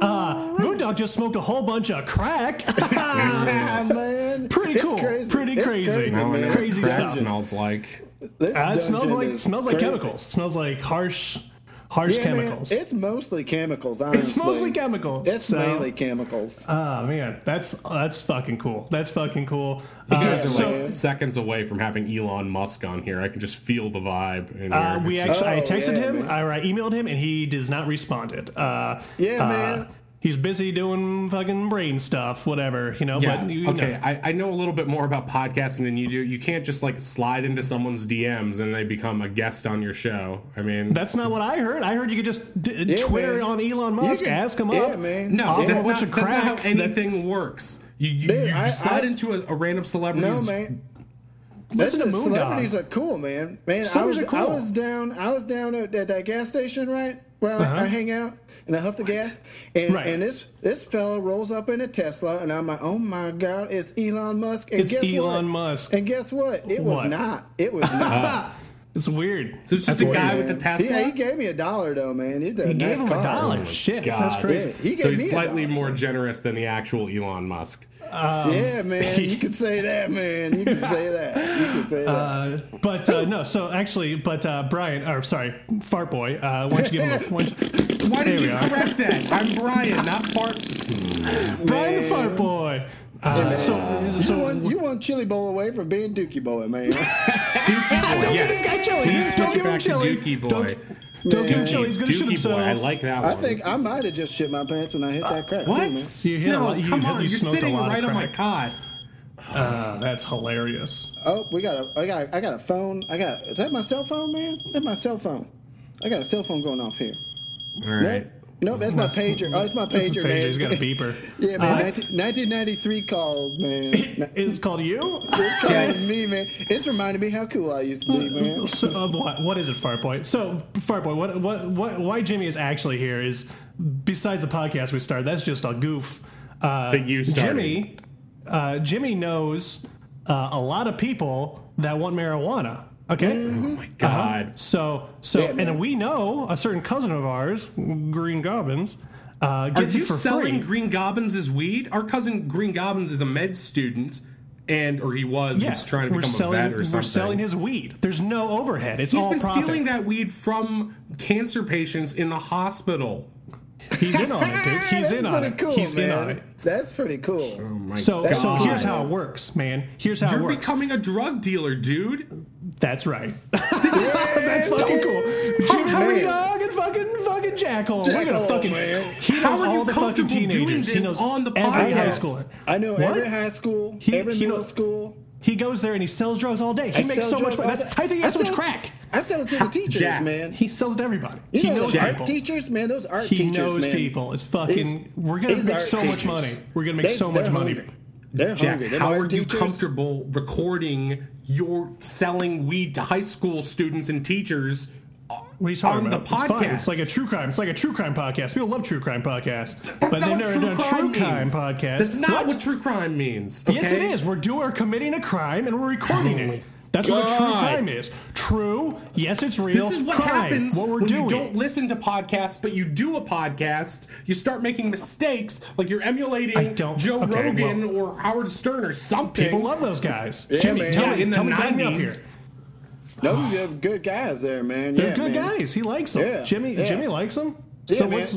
[SPEAKER 2] Uh, Moondog just smoked a whole bunch of crack.
[SPEAKER 5] Ah, man.
[SPEAKER 2] Pretty
[SPEAKER 5] It's
[SPEAKER 2] cool.
[SPEAKER 5] crazy.
[SPEAKER 2] Pretty
[SPEAKER 5] It's
[SPEAKER 2] Oh, crazy.
[SPEAKER 3] Now I know
[SPEAKER 5] man.
[SPEAKER 3] what
[SPEAKER 2] Crazy
[SPEAKER 3] crack
[SPEAKER 2] stuff.
[SPEAKER 3] smells like.
[SPEAKER 5] This
[SPEAKER 2] Uh, it smells
[SPEAKER 5] dungeon
[SPEAKER 2] like
[SPEAKER 5] is
[SPEAKER 2] smells like
[SPEAKER 5] crazy.
[SPEAKER 2] chemicals. It smells like harsh, harsh
[SPEAKER 5] Yeah,
[SPEAKER 2] chemicals.
[SPEAKER 5] Man, it's mostly chemicals, honestly.
[SPEAKER 2] It's mostly chemicals.
[SPEAKER 5] It's
[SPEAKER 2] so-
[SPEAKER 5] mainly chemicals.
[SPEAKER 2] Oh man, that's that's fucking cool. That's fucking cool. Uh,
[SPEAKER 3] You guys are
[SPEAKER 2] so,
[SPEAKER 3] like seconds away from having Elon Musk on here. I can just feel the vibe. In
[SPEAKER 2] uh,
[SPEAKER 3] here.
[SPEAKER 2] we
[SPEAKER 3] It's-
[SPEAKER 2] actually, I
[SPEAKER 5] Oh,
[SPEAKER 2] texted
[SPEAKER 5] yeah,
[SPEAKER 2] him,
[SPEAKER 5] man.
[SPEAKER 2] I, I emailed him, and he does not respond. It. Uh,
[SPEAKER 5] Yeah,
[SPEAKER 2] uh,
[SPEAKER 5] man.
[SPEAKER 2] He's busy doing fucking brain stuff, whatever you know.
[SPEAKER 3] yeah.
[SPEAKER 2] But you
[SPEAKER 3] okay,
[SPEAKER 2] know,
[SPEAKER 3] I, I know a little bit more about podcasting than you do. You can't just like slide into someone's DMs and they become a guest on your show. I mean,
[SPEAKER 2] that's not what I heard. I heard you could just d-
[SPEAKER 5] Yeah,
[SPEAKER 2] Twitter
[SPEAKER 5] man.
[SPEAKER 2] on Elon
[SPEAKER 5] You
[SPEAKER 2] Musk,
[SPEAKER 5] can-
[SPEAKER 2] ask him
[SPEAKER 5] yeah,
[SPEAKER 2] up.
[SPEAKER 5] man.
[SPEAKER 3] no,
[SPEAKER 2] I'll
[SPEAKER 3] that's,
[SPEAKER 2] get a
[SPEAKER 3] not,
[SPEAKER 2] bunch of
[SPEAKER 3] that's not how
[SPEAKER 2] crack that-
[SPEAKER 3] anything works. You you,
[SPEAKER 5] Dude,
[SPEAKER 3] you
[SPEAKER 5] I-
[SPEAKER 3] slide
[SPEAKER 5] I-
[SPEAKER 3] into a, a random
[SPEAKER 5] No,
[SPEAKER 3] celebrity's
[SPEAKER 5] man.
[SPEAKER 2] Listen to
[SPEAKER 5] That's-
[SPEAKER 2] Moondog.
[SPEAKER 5] celebrities are cool, man. Man, I
[SPEAKER 2] Celebrities
[SPEAKER 5] was
[SPEAKER 2] are cool.
[SPEAKER 5] I was down I was down at, at that gas station, right? where I, I hang out, and I huff the gas, and,
[SPEAKER 2] Uh-huh. Right.
[SPEAKER 5] and this this fella rolls up in a Tesla, and I'm like, oh my god, it's Elon Musk, and
[SPEAKER 2] It's
[SPEAKER 5] guess what?
[SPEAKER 2] Elon Musk.
[SPEAKER 5] and guess what? It was
[SPEAKER 2] What?
[SPEAKER 5] not. It was not.
[SPEAKER 2] It's weird.
[SPEAKER 3] So it's just a guy with a
[SPEAKER 5] Man.
[SPEAKER 3] Tesla.
[SPEAKER 5] Yeah, he gave me a dollar though, man. He,
[SPEAKER 2] He gave him a dollar. Shit,
[SPEAKER 3] God.
[SPEAKER 2] that's crazy.
[SPEAKER 5] Yeah, he gave
[SPEAKER 3] so
[SPEAKER 5] me
[SPEAKER 3] he's
[SPEAKER 5] a
[SPEAKER 3] slightly
[SPEAKER 5] dollar.
[SPEAKER 3] more generous than the actual Elon Musk.
[SPEAKER 2] Oh.
[SPEAKER 5] yeah, man. You could say that, man. You could say that. You could say that.
[SPEAKER 2] Uh, but uh, no, so actually, but uh, Brian, or sorry, Fart Boy, uh, why don't you give him a why don't you-
[SPEAKER 3] Why did
[SPEAKER 2] There
[SPEAKER 3] you
[SPEAKER 2] we are.
[SPEAKER 3] correct that? I'm Brian, not Bart.
[SPEAKER 2] Brian the Fart Boy? Uh, so,
[SPEAKER 5] you,
[SPEAKER 2] so
[SPEAKER 5] one, you one chili bowl away from being Dookie boy, man.
[SPEAKER 3] Dookie boy.
[SPEAKER 2] don't
[SPEAKER 3] yes.
[SPEAKER 2] give this guy chili.
[SPEAKER 3] Please
[SPEAKER 2] don't
[SPEAKER 3] switch
[SPEAKER 2] give
[SPEAKER 3] it
[SPEAKER 2] him
[SPEAKER 3] back
[SPEAKER 2] chili.
[SPEAKER 3] To Dookie boy.
[SPEAKER 2] Don't, don't give him
[SPEAKER 3] Dookie-
[SPEAKER 2] chili. He's gonna
[SPEAKER 3] Dookie
[SPEAKER 2] shoot
[SPEAKER 3] boy.
[SPEAKER 2] himself.
[SPEAKER 3] I like that one.
[SPEAKER 5] I think I might have just shit my pants when I hit that crack.
[SPEAKER 3] What?
[SPEAKER 5] Too, man.
[SPEAKER 2] You hit a
[SPEAKER 3] no,
[SPEAKER 2] lot- you
[SPEAKER 3] come
[SPEAKER 2] hit-
[SPEAKER 3] on.
[SPEAKER 2] you
[SPEAKER 3] You're
[SPEAKER 2] smoked a
[SPEAKER 3] sitting
[SPEAKER 2] lot of
[SPEAKER 3] right on my
[SPEAKER 2] crack.
[SPEAKER 3] cot.
[SPEAKER 2] Uh, that's hilarious.
[SPEAKER 5] Oh, we got a I got I got a phone. I got is that my cell phone, man? That's my cell phone. I got a cell phone going off here.
[SPEAKER 3] All right.
[SPEAKER 5] Nope, that's my pager. Oh, that's my pager,
[SPEAKER 2] That's a
[SPEAKER 5] man.
[SPEAKER 2] pager. He's got a beeper.
[SPEAKER 5] Yeah, man.
[SPEAKER 2] What?
[SPEAKER 5] 19- 1993 called, man.
[SPEAKER 2] It's called you.
[SPEAKER 5] Called me, man. It's reminded me how cool I used to be, man.
[SPEAKER 2] So, uh, what, what is it, Fartboy? So, Fartboy, what, what, what, why Jimmy is actually here is besides the podcast we started, that's just a goof. Uh,
[SPEAKER 3] That you started.
[SPEAKER 2] Jimmy, uh, Jimmy knows uh, a lot of people that want marijuana. Okay.
[SPEAKER 5] Mm-hmm.
[SPEAKER 3] Oh Uh-huh. God.
[SPEAKER 2] So, so,
[SPEAKER 5] Yeah, man.
[SPEAKER 2] and we know a certain cousin of ours, Green Goblins, uh,
[SPEAKER 3] Are
[SPEAKER 2] gets
[SPEAKER 3] you
[SPEAKER 2] it for
[SPEAKER 3] selling
[SPEAKER 2] free.
[SPEAKER 3] Green Goblins as weed? Our cousin Green Goblins is a med student, and or he was.
[SPEAKER 2] yeah,
[SPEAKER 3] He's trying to
[SPEAKER 2] we're
[SPEAKER 3] become
[SPEAKER 2] selling,
[SPEAKER 3] a vet or something.
[SPEAKER 2] we're selling his weed. There's no overhead. It's
[SPEAKER 3] He's
[SPEAKER 2] all
[SPEAKER 3] been
[SPEAKER 2] profit.
[SPEAKER 3] stealing that weed from cancer patients in the hospital.
[SPEAKER 2] He's in on it, dude. He's
[SPEAKER 5] that's
[SPEAKER 2] in on
[SPEAKER 5] pretty
[SPEAKER 2] it.
[SPEAKER 5] Cool,
[SPEAKER 2] He's
[SPEAKER 5] man.
[SPEAKER 2] in on it.
[SPEAKER 5] That's pretty cool.
[SPEAKER 2] So,
[SPEAKER 5] That's
[SPEAKER 2] so
[SPEAKER 5] God.
[SPEAKER 2] here's how it works, man. Here's how it
[SPEAKER 3] You're
[SPEAKER 2] works.
[SPEAKER 3] becoming a drug dealer, dude.
[SPEAKER 2] That's right. That's fucking cool. Jimmy
[SPEAKER 5] how are
[SPEAKER 2] Hungry
[SPEAKER 5] you-
[SPEAKER 2] Dog and fucking fucking Jackhole. We're gonna
[SPEAKER 5] Oh, Jackhole,
[SPEAKER 2] fucking.
[SPEAKER 5] man.
[SPEAKER 2] He knows
[SPEAKER 3] How are
[SPEAKER 2] all
[SPEAKER 3] you
[SPEAKER 2] the fucking
[SPEAKER 3] comfortable doing
[SPEAKER 2] teenagers. He
[SPEAKER 3] this
[SPEAKER 2] knows
[SPEAKER 3] on the
[SPEAKER 2] every high
[SPEAKER 3] podcast?
[SPEAKER 2] schooler.
[SPEAKER 5] I know
[SPEAKER 2] What?
[SPEAKER 5] every high school,
[SPEAKER 2] He-
[SPEAKER 5] every
[SPEAKER 2] he
[SPEAKER 5] middle
[SPEAKER 2] knows-
[SPEAKER 5] school.
[SPEAKER 2] He goes there and he sells drugs all day. He
[SPEAKER 5] I
[SPEAKER 2] makes
[SPEAKER 5] sell
[SPEAKER 2] so much
[SPEAKER 5] drugs
[SPEAKER 2] money.
[SPEAKER 5] all
[SPEAKER 2] That's,
[SPEAKER 5] day.
[SPEAKER 2] I think he has so
[SPEAKER 5] I
[SPEAKER 2] much
[SPEAKER 5] sell-
[SPEAKER 2] crack.
[SPEAKER 5] I sell it to the teachers,
[SPEAKER 3] Jack.
[SPEAKER 5] man.
[SPEAKER 2] He sells it to everybody.
[SPEAKER 5] You
[SPEAKER 2] he
[SPEAKER 5] know
[SPEAKER 2] knows
[SPEAKER 5] those art
[SPEAKER 2] people.
[SPEAKER 5] teachers, man. Those art
[SPEAKER 2] He
[SPEAKER 5] teachers,
[SPEAKER 2] knows
[SPEAKER 5] man.
[SPEAKER 2] people. It's fucking- we're gonna
[SPEAKER 5] these
[SPEAKER 2] make
[SPEAKER 5] art
[SPEAKER 2] so much money. We're gonna make so much
[SPEAKER 5] they're
[SPEAKER 2] money.
[SPEAKER 5] Hungry. They're
[SPEAKER 3] Jack,
[SPEAKER 5] hungry. Them
[SPEAKER 3] how
[SPEAKER 5] art
[SPEAKER 3] are you
[SPEAKER 5] teachers,
[SPEAKER 3] comfortable recording your selling weed to high school students and teachers? uh,
[SPEAKER 2] What are you talking
[SPEAKER 3] on
[SPEAKER 2] about?
[SPEAKER 3] the
[SPEAKER 2] It's fun.
[SPEAKER 3] podcast.
[SPEAKER 2] It's like a true crime. It's like a true crime podcast. People love true crime podcasts, but
[SPEAKER 3] That's
[SPEAKER 2] they've
[SPEAKER 3] not what
[SPEAKER 2] never
[SPEAKER 3] true
[SPEAKER 2] done a true crime
[SPEAKER 3] means.
[SPEAKER 2] podcast.
[SPEAKER 3] That's not
[SPEAKER 2] What?
[SPEAKER 3] what true crime means. Okay?
[SPEAKER 2] Yes, it is. We're do we're committing a crime and we're recording it. That's what a true
[SPEAKER 3] God.
[SPEAKER 2] crime is. True. Yes, it's real.
[SPEAKER 3] This is what
[SPEAKER 2] crime,
[SPEAKER 3] happens
[SPEAKER 2] What we're
[SPEAKER 3] when
[SPEAKER 2] doing.
[SPEAKER 3] you don't listen to podcasts, but you do a podcast. You start making mistakes, like you're emulating
[SPEAKER 2] I don't-
[SPEAKER 3] Joe
[SPEAKER 2] okay,
[SPEAKER 3] Rogan
[SPEAKER 2] well-
[SPEAKER 3] or Howard Stern or something.
[SPEAKER 2] People love those guys. Jimmy,
[SPEAKER 5] man.
[SPEAKER 2] tell
[SPEAKER 5] Yeah,
[SPEAKER 2] me,
[SPEAKER 3] in the
[SPEAKER 2] tell me, back me up here.
[SPEAKER 3] 90s.
[SPEAKER 5] Those are good guys there, man.
[SPEAKER 2] They're
[SPEAKER 5] yeah,
[SPEAKER 2] good
[SPEAKER 5] man.
[SPEAKER 2] guys. He likes them.
[SPEAKER 5] Yeah,
[SPEAKER 2] Jimmy,
[SPEAKER 5] yeah.
[SPEAKER 2] Jimmy likes them. So
[SPEAKER 5] Yeah, man.
[SPEAKER 2] what's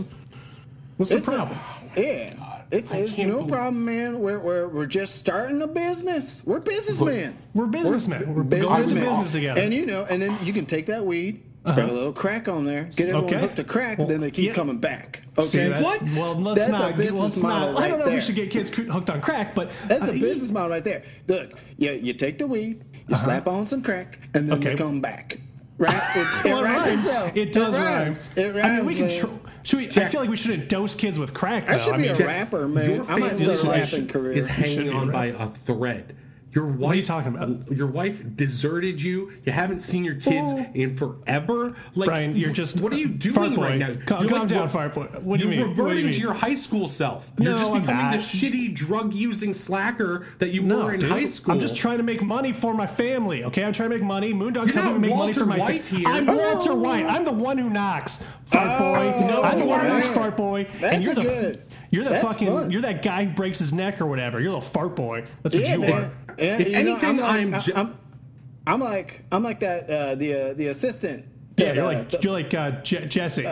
[SPEAKER 2] what's
[SPEAKER 5] It's
[SPEAKER 2] the
[SPEAKER 5] a-
[SPEAKER 2] problem?
[SPEAKER 5] Yeah, it's
[SPEAKER 3] I
[SPEAKER 5] it's
[SPEAKER 3] can't
[SPEAKER 5] no
[SPEAKER 3] believe-
[SPEAKER 5] problem, man. We're, we're we're just starting a business. We're businessmen.
[SPEAKER 2] We're businessmen. We're, going into
[SPEAKER 5] businessmen.
[SPEAKER 2] business together. Uh-huh.
[SPEAKER 5] And you know, and then you can take that weed, spread a little crack on there, get everyone
[SPEAKER 2] Okay.
[SPEAKER 5] hooked to crack,
[SPEAKER 2] Well,
[SPEAKER 5] then they keep
[SPEAKER 2] yeah.
[SPEAKER 5] coming back.
[SPEAKER 2] See,
[SPEAKER 5] Okay,
[SPEAKER 2] that's- Well, let's
[SPEAKER 5] That's a
[SPEAKER 2] not.
[SPEAKER 5] business
[SPEAKER 2] let's
[SPEAKER 5] model
[SPEAKER 2] not. I don't
[SPEAKER 5] right
[SPEAKER 2] know if we
[SPEAKER 5] there.
[SPEAKER 2] should get kids cr- hooked on crack, but
[SPEAKER 5] That's
[SPEAKER 2] uh,
[SPEAKER 5] the business model right there. Look, you, you take the weed, you slap on some crack, and then
[SPEAKER 2] Uh-huh. Okay.
[SPEAKER 5] they come back. Right? It,
[SPEAKER 2] Well, it rhymes. It does
[SPEAKER 5] rhymes.
[SPEAKER 2] rhyme.
[SPEAKER 5] It rhymes.
[SPEAKER 2] I mean, we can.
[SPEAKER 5] man.
[SPEAKER 2] Tr- should we, I feel like we shouldn't dose kids with crack. Though.
[SPEAKER 5] I should
[SPEAKER 2] I
[SPEAKER 5] be
[SPEAKER 2] mean,
[SPEAKER 5] a rapper, man.
[SPEAKER 3] Your
[SPEAKER 5] I might
[SPEAKER 3] family's
[SPEAKER 5] start a
[SPEAKER 3] life
[SPEAKER 5] rapping career.
[SPEAKER 3] is
[SPEAKER 2] Should be
[SPEAKER 3] hanging on
[SPEAKER 2] right.
[SPEAKER 3] by a thread. Your wife,
[SPEAKER 2] you talking about?
[SPEAKER 3] Your wife deserted you. You haven't seen your kids in forever. Like
[SPEAKER 2] Brian, you're just
[SPEAKER 3] What are you doing
[SPEAKER 2] Fart boy.
[SPEAKER 3] right now?
[SPEAKER 2] Calm,
[SPEAKER 3] You're
[SPEAKER 2] calm
[SPEAKER 3] like-
[SPEAKER 2] down, fart boy. What do you
[SPEAKER 3] You're
[SPEAKER 2] mean? What do you
[SPEAKER 3] reverting to
[SPEAKER 2] mean?
[SPEAKER 3] your high school self.
[SPEAKER 2] No,
[SPEAKER 3] you're just
[SPEAKER 2] I'm
[SPEAKER 3] becoming the
[SPEAKER 2] not.
[SPEAKER 3] shitty drug using slacker that you
[SPEAKER 2] No,
[SPEAKER 3] were in
[SPEAKER 2] dude.
[SPEAKER 3] high school.
[SPEAKER 2] I'm just trying to make money for my family. Okay, I'm trying to make money. Moondog's
[SPEAKER 3] You're
[SPEAKER 2] helping me
[SPEAKER 3] not
[SPEAKER 2] make money
[SPEAKER 3] Walter
[SPEAKER 2] for my
[SPEAKER 3] White
[SPEAKER 2] family.
[SPEAKER 3] here.
[SPEAKER 2] I'm
[SPEAKER 3] Oh.
[SPEAKER 2] Walter White. I'm the one who knocks, fart boy.
[SPEAKER 5] Oh, no,
[SPEAKER 2] I'm the one who
[SPEAKER 5] man.
[SPEAKER 2] knocks, fart boy. and
[SPEAKER 5] That's
[SPEAKER 2] you're
[SPEAKER 5] a
[SPEAKER 2] the
[SPEAKER 5] good-
[SPEAKER 2] you're the
[SPEAKER 5] that's
[SPEAKER 2] fucking
[SPEAKER 5] fun.
[SPEAKER 2] you're that guy who breaks his neck or whatever. You're the fart boy. That's what
[SPEAKER 5] Yeah,
[SPEAKER 2] you
[SPEAKER 5] man.
[SPEAKER 2] are.
[SPEAKER 5] Yeah,
[SPEAKER 3] If
[SPEAKER 5] you know,
[SPEAKER 3] anything, I'm
[SPEAKER 5] I'm like,
[SPEAKER 3] ju-
[SPEAKER 5] I'm, I'm like, I'm like that. Uh, the uh, the assistant.
[SPEAKER 2] Yeah,
[SPEAKER 5] to,
[SPEAKER 2] you're
[SPEAKER 5] uh,
[SPEAKER 2] like you're like uh, Je- Jesse.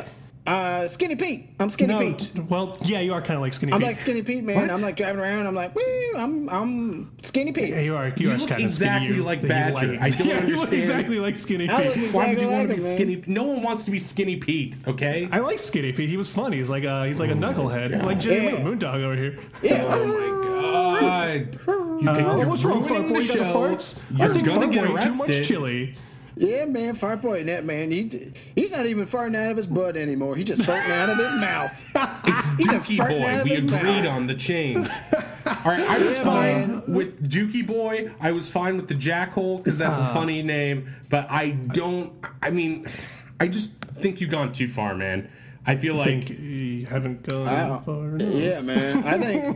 [SPEAKER 5] uh, Skinny Pete. I'm Skinny
[SPEAKER 2] no,
[SPEAKER 5] Pete.
[SPEAKER 2] t- well, yeah, you are kind of like skinny.
[SPEAKER 5] I'm
[SPEAKER 2] Pete.
[SPEAKER 5] like Skinny Pete, man. I'm like driving around. I'm like, woo, I'm I'm Skinny Pete.
[SPEAKER 2] Yeah, you are. You,
[SPEAKER 3] You
[SPEAKER 2] are
[SPEAKER 3] look
[SPEAKER 2] kind
[SPEAKER 3] exactly
[SPEAKER 2] of skinny.
[SPEAKER 3] like
[SPEAKER 2] you
[SPEAKER 3] Badger. I
[SPEAKER 2] yeah, You
[SPEAKER 3] don't
[SPEAKER 2] look
[SPEAKER 3] understand.
[SPEAKER 2] exactly like Skinny
[SPEAKER 5] I
[SPEAKER 2] Pete.
[SPEAKER 5] look-
[SPEAKER 3] Why would you want to be
[SPEAKER 5] Exactly, man.
[SPEAKER 3] skinny? No one wants to be skinny Pete. Okay.
[SPEAKER 2] I like Skinny Pete. He was funny. He's like a he's like a knucklehead, like Jimmy
[SPEAKER 5] Yeah.
[SPEAKER 2] Moon Moondog over here.
[SPEAKER 5] Yeah.
[SPEAKER 2] Oh,
[SPEAKER 3] God. You think
[SPEAKER 2] Uh,
[SPEAKER 3] you're
[SPEAKER 2] what's wrong,
[SPEAKER 3] ruining
[SPEAKER 2] Fartboy?
[SPEAKER 3] the
[SPEAKER 2] You got the
[SPEAKER 3] show.
[SPEAKER 2] farts?
[SPEAKER 3] You're
[SPEAKER 2] I think
[SPEAKER 3] gonna
[SPEAKER 2] Fartboy
[SPEAKER 3] get
[SPEAKER 2] ate too
[SPEAKER 3] arrested.
[SPEAKER 2] much chili.
[SPEAKER 5] Yeah, man, Fireboy and that man, he he's not even farting out of his butt anymore. He just farting out of his mouth.
[SPEAKER 3] It's
[SPEAKER 5] He's a
[SPEAKER 3] Dookie
[SPEAKER 5] farting out
[SPEAKER 3] Boy.
[SPEAKER 5] of
[SPEAKER 3] We
[SPEAKER 5] his
[SPEAKER 3] agreed
[SPEAKER 5] mouth.
[SPEAKER 3] on the change. All right, I was
[SPEAKER 5] Yeah,
[SPEAKER 3] fine
[SPEAKER 5] man.
[SPEAKER 3] with Dookie Boy. I was fine with the Jackhole because that's
[SPEAKER 5] Uh.
[SPEAKER 3] a funny name. But I don't. I mean, I just think you've gone too far, man. I feel like
[SPEAKER 2] think you haven't gone
[SPEAKER 5] I don't-
[SPEAKER 2] far enough.
[SPEAKER 5] Yeah, man. I think,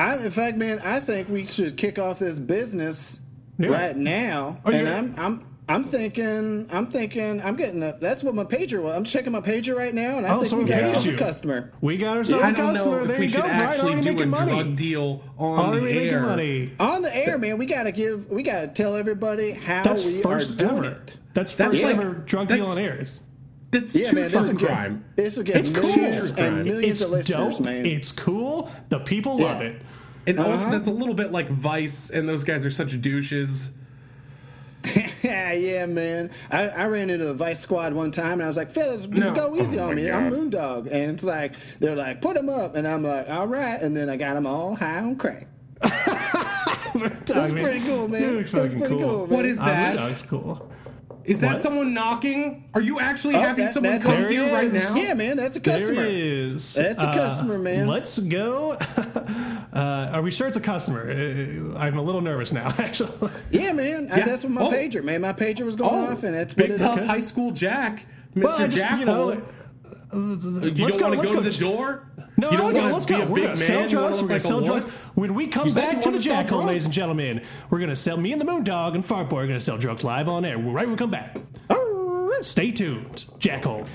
[SPEAKER 5] I in fact, man, I think we should kick off this business
[SPEAKER 2] Yeah.
[SPEAKER 5] right now.
[SPEAKER 2] Oh,
[SPEAKER 5] and
[SPEAKER 2] yeah.
[SPEAKER 5] I'm, I'm, I'm thinking, I'm thinking, I'm getting a, That's what my pager was. I'm checking my pager right now, and I
[SPEAKER 2] Oh,
[SPEAKER 5] think
[SPEAKER 2] so
[SPEAKER 5] we
[SPEAKER 2] we
[SPEAKER 5] got
[SPEAKER 2] paid
[SPEAKER 5] ourselves a
[SPEAKER 2] you.
[SPEAKER 5] customer.
[SPEAKER 2] We got ourselves
[SPEAKER 3] I
[SPEAKER 2] a
[SPEAKER 3] don't
[SPEAKER 2] customer.
[SPEAKER 3] know if
[SPEAKER 2] there
[SPEAKER 3] we
[SPEAKER 2] you
[SPEAKER 3] should
[SPEAKER 2] go, Brian.
[SPEAKER 3] actually
[SPEAKER 2] Already
[SPEAKER 3] do a
[SPEAKER 2] making money.
[SPEAKER 3] drug deal on
[SPEAKER 2] already
[SPEAKER 3] the air.
[SPEAKER 2] making money.
[SPEAKER 5] On the air, man, we gotta give, we gotta tell everybody how
[SPEAKER 2] That's
[SPEAKER 5] we are
[SPEAKER 2] first
[SPEAKER 5] doing
[SPEAKER 2] ever.
[SPEAKER 5] it.
[SPEAKER 2] That's
[SPEAKER 3] That's
[SPEAKER 2] first
[SPEAKER 3] like-
[SPEAKER 2] ever drug deal
[SPEAKER 3] that's-
[SPEAKER 2] on air. It's,
[SPEAKER 3] That's
[SPEAKER 5] Yeah,
[SPEAKER 3] two
[SPEAKER 5] man, this will
[SPEAKER 3] for
[SPEAKER 5] get,
[SPEAKER 3] crime.
[SPEAKER 5] This will get
[SPEAKER 2] It's cool.
[SPEAKER 5] millions
[SPEAKER 3] Crime.
[SPEAKER 5] and millions
[SPEAKER 2] it's
[SPEAKER 5] of listeners,
[SPEAKER 2] dope.
[SPEAKER 5] man.
[SPEAKER 2] It's cool. The people love
[SPEAKER 5] Yeah.
[SPEAKER 2] it.
[SPEAKER 3] And also,
[SPEAKER 5] Uh-huh.
[SPEAKER 3] that's a little bit like Vice, and those guys are such douches.
[SPEAKER 5] Yeah, yeah, man. I, I ran into the Vice Squad one time and I was like, fellas,
[SPEAKER 3] No.
[SPEAKER 5] go easy
[SPEAKER 3] Oh
[SPEAKER 5] on
[SPEAKER 3] my
[SPEAKER 5] me.
[SPEAKER 3] God.
[SPEAKER 5] I'm Moondog. And it's like, they're like, put them up. And I'm like, all right. And then I got them all high on crack. That's pretty cool, man.
[SPEAKER 2] That's
[SPEAKER 5] That's
[SPEAKER 2] fucking
[SPEAKER 5] pretty cool.
[SPEAKER 2] cool.
[SPEAKER 5] man.
[SPEAKER 3] What is
[SPEAKER 2] Uh,
[SPEAKER 3] that?
[SPEAKER 2] Moondog's cool.
[SPEAKER 3] Is that
[SPEAKER 2] What?
[SPEAKER 3] someone knocking? Are you actually
[SPEAKER 5] Oh,
[SPEAKER 3] having
[SPEAKER 5] that-
[SPEAKER 3] someone
[SPEAKER 5] that's-
[SPEAKER 3] come
[SPEAKER 5] there
[SPEAKER 3] here
[SPEAKER 5] he
[SPEAKER 3] right now?
[SPEAKER 5] is. Yeah, man. That's a customer.
[SPEAKER 2] There is. Uh,
[SPEAKER 5] That's a customer, man.
[SPEAKER 2] Let's go. uh, are we sure it's a customer? Uh, I'm a little nervous now, actually.
[SPEAKER 5] Yeah, man. I-
[SPEAKER 3] Yeah.
[SPEAKER 5] that's what my
[SPEAKER 3] Oh.
[SPEAKER 5] pager, man. My pager was going
[SPEAKER 3] Oh,
[SPEAKER 5] off and that's what
[SPEAKER 3] big
[SPEAKER 5] it
[SPEAKER 3] tough
[SPEAKER 5] is.
[SPEAKER 3] high school Jack, Mr.
[SPEAKER 2] I just,
[SPEAKER 3] Jackal.
[SPEAKER 2] you
[SPEAKER 3] You,
[SPEAKER 2] know, uh, let's
[SPEAKER 3] don't want to
[SPEAKER 2] let's
[SPEAKER 3] go, to the door.
[SPEAKER 2] No,
[SPEAKER 3] you
[SPEAKER 2] I
[SPEAKER 3] don't
[SPEAKER 2] don't
[SPEAKER 3] wanna
[SPEAKER 2] let's
[SPEAKER 3] be
[SPEAKER 2] go.
[SPEAKER 3] a
[SPEAKER 2] We're
[SPEAKER 3] big
[SPEAKER 2] gonna
[SPEAKER 3] man.
[SPEAKER 2] sell
[SPEAKER 3] You
[SPEAKER 2] drugs. We're
[SPEAKER 3] wanna
[SPEAKER 2] gonna
[SPEAKER 3] look
[SPEAKER 2] sell
[SPEAKER 3] like a
[SPEAKER 2] drugs.
[SPEAKER 3] wuss.
[SPEAKER 2] When we come
[SPEAKER 3] You said you
[SPEAKER 2] back to
[SPEAKER 3] wanna
[SPEAKER 2] the
[SPEAKER 3] sell
[SPEAKER 2] jackal, ladies and
[SPEAKER 3] drugs.
[SPEAKER 2] gentlemen, we're gonna sell me and the Moondog and Fartboy are gonna sell drugs live on air. Right when we come back. Stay tuned, Jackal.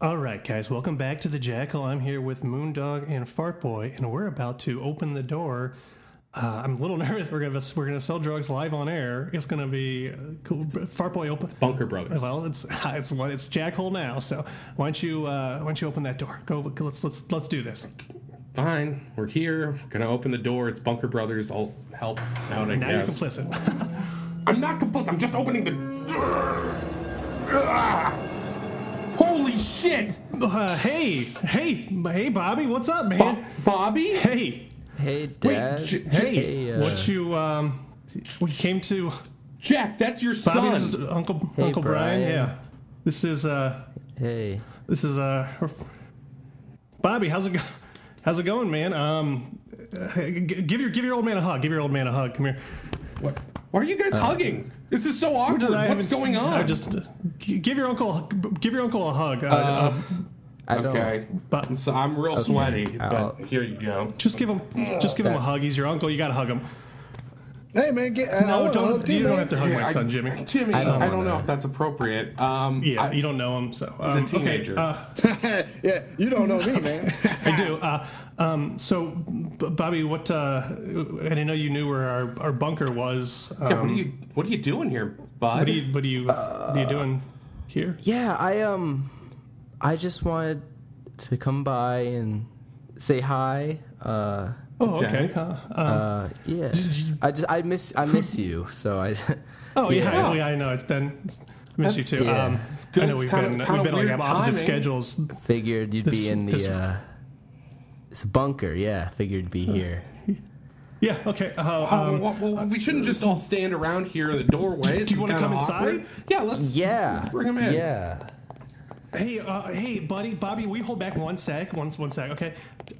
[SPEAKER 2] All right, guys, welcome back to the Jackal. I'm here with Moondog and Fartboy, and we're about to open the door. Uh, I'm a little nervous. We're gonna we're gonna sell drugs live on air. It's gonna be uh, cool. Fartboy opens.
[SPEAKER 3] Bunker Brothers.
[SPEAKER 2] Well, it's it's what it's Jackhole now. So why don't you uh, why don't you open that door? Go. Let's let's let's do this.
[SPEAKER 3] Fine, we're here. We're gonna open the door. It's Bunker Brothers. I'll help out. I
[SPEAKER 2] Now
[SPEAKER 3] guess.
[SPEAKER 2] you're complicit.
[SPEAKER 3] I'm not complicit. I'm just opening the. Holy shit,
[SPEAKER 2] Uh, hey hey hey Bobby, what's up, man?
[SPEAKER 3] Bo- Bobby!
[SPEAKER 2] Hey
[SPEAKER 7] Hey, Dad.
[SPEAKER 3] J-
[SPEAKER 2] hey,
[SPEAKER 3] J-
[SPEAKER 7] Hey, uh,
[SPEAKER 2] what you um we came to
[SPEAKER 3] Jack, that's your
[SPEAKER 2] Bobby,
[SPEAKER 3] son.
[SPEAKER 2] this is Uncle Uncle Brian.
[SPEAKER 7] Brian.
[SPEAKER 2] Yeah, this is uh
[SPEAKER 7] hey.
[SPEAKER 2] this is uh her- Bobby. How's it go? How's it going, man? Um, uh, g- give your give your old man a hug. Give your old man a hug. Come here.
[SPEAKER 3] What? Why are you guys hugging? This is so awkward.
[SPEAKER 2] Uh, I
[SPEAKER 3] What's
[SPEAKER 2] haven't
[SPEAKER 3] going
[SPEAKER 2] seen-
[SPEAKER 3] on?
[SPEAKER 2] I just g- give your uncle give your uncle a hug. Uh,
[SPEAKER 7] I don't.
[SPEAKER 3] okay.
[SPEAKER 2] but-
[SPEAKER 3] so I'm real sweaty,
[SPEAKER 7] I'll-
[SPEAKER 3] but here you go.
[SPEAKER 2] just give him just give him a hug. He's your uncle. You gotta hug him.
[SPEAKER 5] Hey, man. Get, uh, I
[SPEAKER 2] No,
[SPEAKER 5] wanna
[SPEAKER 2] don't.
[SPEAKER 5] hook
[SPEAKER 2] You
[SPEAKER 5] too,
[SPEAKER 2] don't
[SPEAKER 5] man.
[SPEAKER 2] have to hug
[SPEAKER 3] Yeah,
[SPEAKER 2] my
[SPEAKER 3] I-
[SPEAKER 2] son, Jimmy.
[SPEAKER 3] Jimmy, I
[SPEAKER 7] I
[SPEAKER 3] don't,
[SPEAKER 7] don't
[SPEAKER 3] know
[SPEAKER 7] wanna-
[SPEAKER 3] if that's appropriate. Um,
[SPEAKER 2] Yeah,
[SPEAKER 3] I-
[SPEAKER 2] you don't know him, so
[SPEAKER 3] a
[SPEAKER 2] um, okay,
[SPEAKER 3] teenager.
[SPEAKER 2] uh,
[SPEAKER 5] yeah, you don't know me, man.
[SPEAKER 2] I do. Uh, um, so, B- Bobby, what? Uh, I didn't know you knew where our, our bunker was. Um,
[SPEAKER 3] yeah, what are you? What are you doing here, bud?
[SPEAKER 2] What are you? What are you? what are you doing here?
[SPEAKER 7] Yeah, I um, I just wanted to come by and say hi. Uh,
[SPEAKER 2] Oh, okay.
[SPEAKER 3] Okay.
[SPEAKER 2] Uh, um,
[SPEAKER 7] uh, yeah. I just I miss I miss you. So I.
[SPEAKER 2] oh, yeah. Yeah, I know. It's been. It's, I miss you
[SPEAKER 3] That's-
[SPEAKER 2] too.
[SPEAKER 7] yeah.
[SPEAKER 2] Um,
[SPEAKER 3] It's good.
[SPEAKER 2] I know
[SPEAKER 3] It's
[SPEAKER 2] we've
[SPEAKER 3] kinda-
[SPEAKER 2] been
[SPEAKER 3] kinda
[SPEAKER 2] we've been like
[SPEAKER 3] weird
[SPEAKER 2] on opposite
[SPEAKER 3] timing.
[SPEAKER 2] schedules.
[SPEAKER 7] Figured you'd
[SPEAKER 2] This-
[SPEAKER 7] be in the.
[SPEAKER 2] this-
[SPEAKER 7] uh, it's a bunker, yeah. Figured you'd be here.
[SPEAKER 2] Yeah. Okay. Uh,
[SPEAKER 3] Oh,
[SPEAKER 2] um,
[SPEAKER 3] well, well, we shouldn't just all stand around here in the doorway. This
[SPEAKER 2] you
[SPEAKER 3] is
[SPEAKER 2] wanna
[SPEAKER 3] kinda
[SPEAKER 2] come
[SPEAKER 3] awkward.
[SPEAKER 2] inside?
[SPEAKER 3] Yeah, let's.
[SPEAKER 7] Yeah.
[SPEAKER 3] let's bring him in.
[SPEAKER 7] Yeah.
[SPEAKER 2] hey, uh, hey, buddy, Bobby, we hold back one sec. One, one sec. Okay.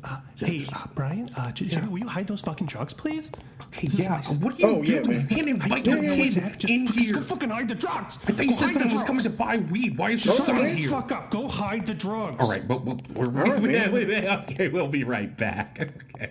[SPEAKER 2] Uh, hey, uh, Brian, uh, J- Jimmy, will you hide those fucking drugs, please?
[SPEAKER 3] Okay,
[SPEAKER 2] This is
[SPEAKER 3] yeah.
[SPEAKER 2] my s-
[SPEAKER 3] What are you
[SPEAKER 5] Oh, yeah,
[SPEAKER 3] doing?
[SPEAKER 5] man.
[SPEAKER 3] you can't invite
[SPEAKER 5] Yeah,
[SPEAKER 3] your
[SPEAKER 5] yeah,
[SPEAKER 3] kid
[SPEAKER 5] what's
[SPEAKER 2] Just
[SPEAKER 3] in
[SPEAKER 2] fucking-
[SPEAKER 3] here.
[SPEAKER 2] Go fucking hide the drugs.
[SPEAKER 3] I thought you said someone was coming to buy weed. Why is your
[SPEAKER 5] Shut
[SPEAKER 3] son
[SPEAKER 5] the
[SPEAKER 3] here?
[SPEAKER 2] Fuck up. Go hide the drugs.
[SPEAKER 3] All right, but, but we're,
[SPEAKER 5] right,
[SPEAKER 3] we,
[SPEAKER 5] man.
[SPEAKER 3] we- we- okay, we'll be right back. Okay.